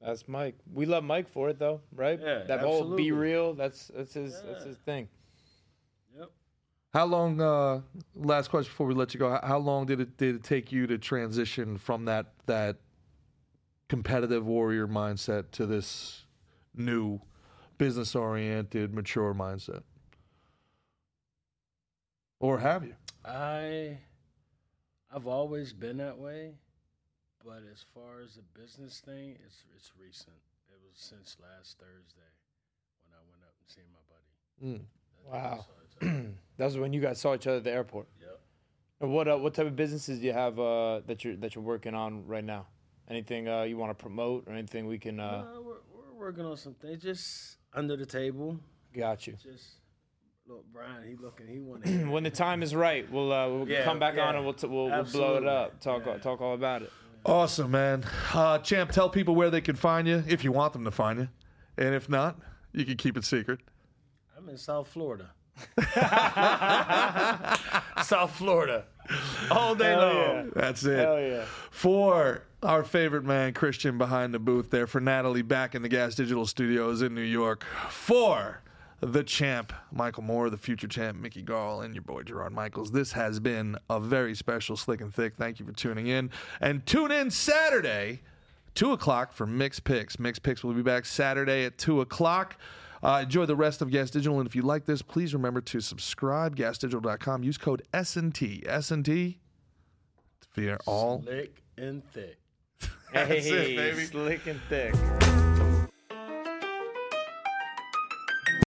That's Mike. We love Mike for it though, right? Yeah, that whole absolutely. be real, that's that's his that's his thing. How long? Uh, last question before we let you go. How, how long did it did it take you to transition from that that competitive warrior mindset to this new business oriented, mature mindset? Or have you? I, I've always been that way, but as far as the business thing, it's it's recent. It was since last Thursday when I went up and seen my buddy. Wow. that's when you guys saw each other at the airport. Yep. And what uh, what type of businesses do you have uh, that you're that you're working on right now? Anything uh, you want to promote or anything we can uh, Uh, we're, we're working on some things just under the table. got you. Just look, Brian. He looking. He wanted. When the time is right, we'll uh, we'll Yeah, come back yeah. on and we'll t- we'll, we'll blow it Absolutely. up. Talk talk all about it. Awesome, man. Uh, Champ, tell people where they can find you if you want them to find you, and if not, you can keep it secret. I'm in South Florida. South Florida. All day long. That's it. Hell yeah. for our favorite man Christian behind the booth there for Natalie back in the Gas Digital Studios in New York for the champ Michael Moore, the future champ Mickey Gall, and your boy Gerard Michaels. This has been a very special Slick and Thick. Thank you for tuning in, and tune in Saturday. 2 o'clock for Mix Picks. Mix Picks will be back Saturday at 2 o'clock. Uh, enjoy the rest of Gas Digital. And if you like this, please remember to subscribe, gasdigital.com. Use code SNT. SNT via all Slick and thick. That's it, baby. Slick and thick.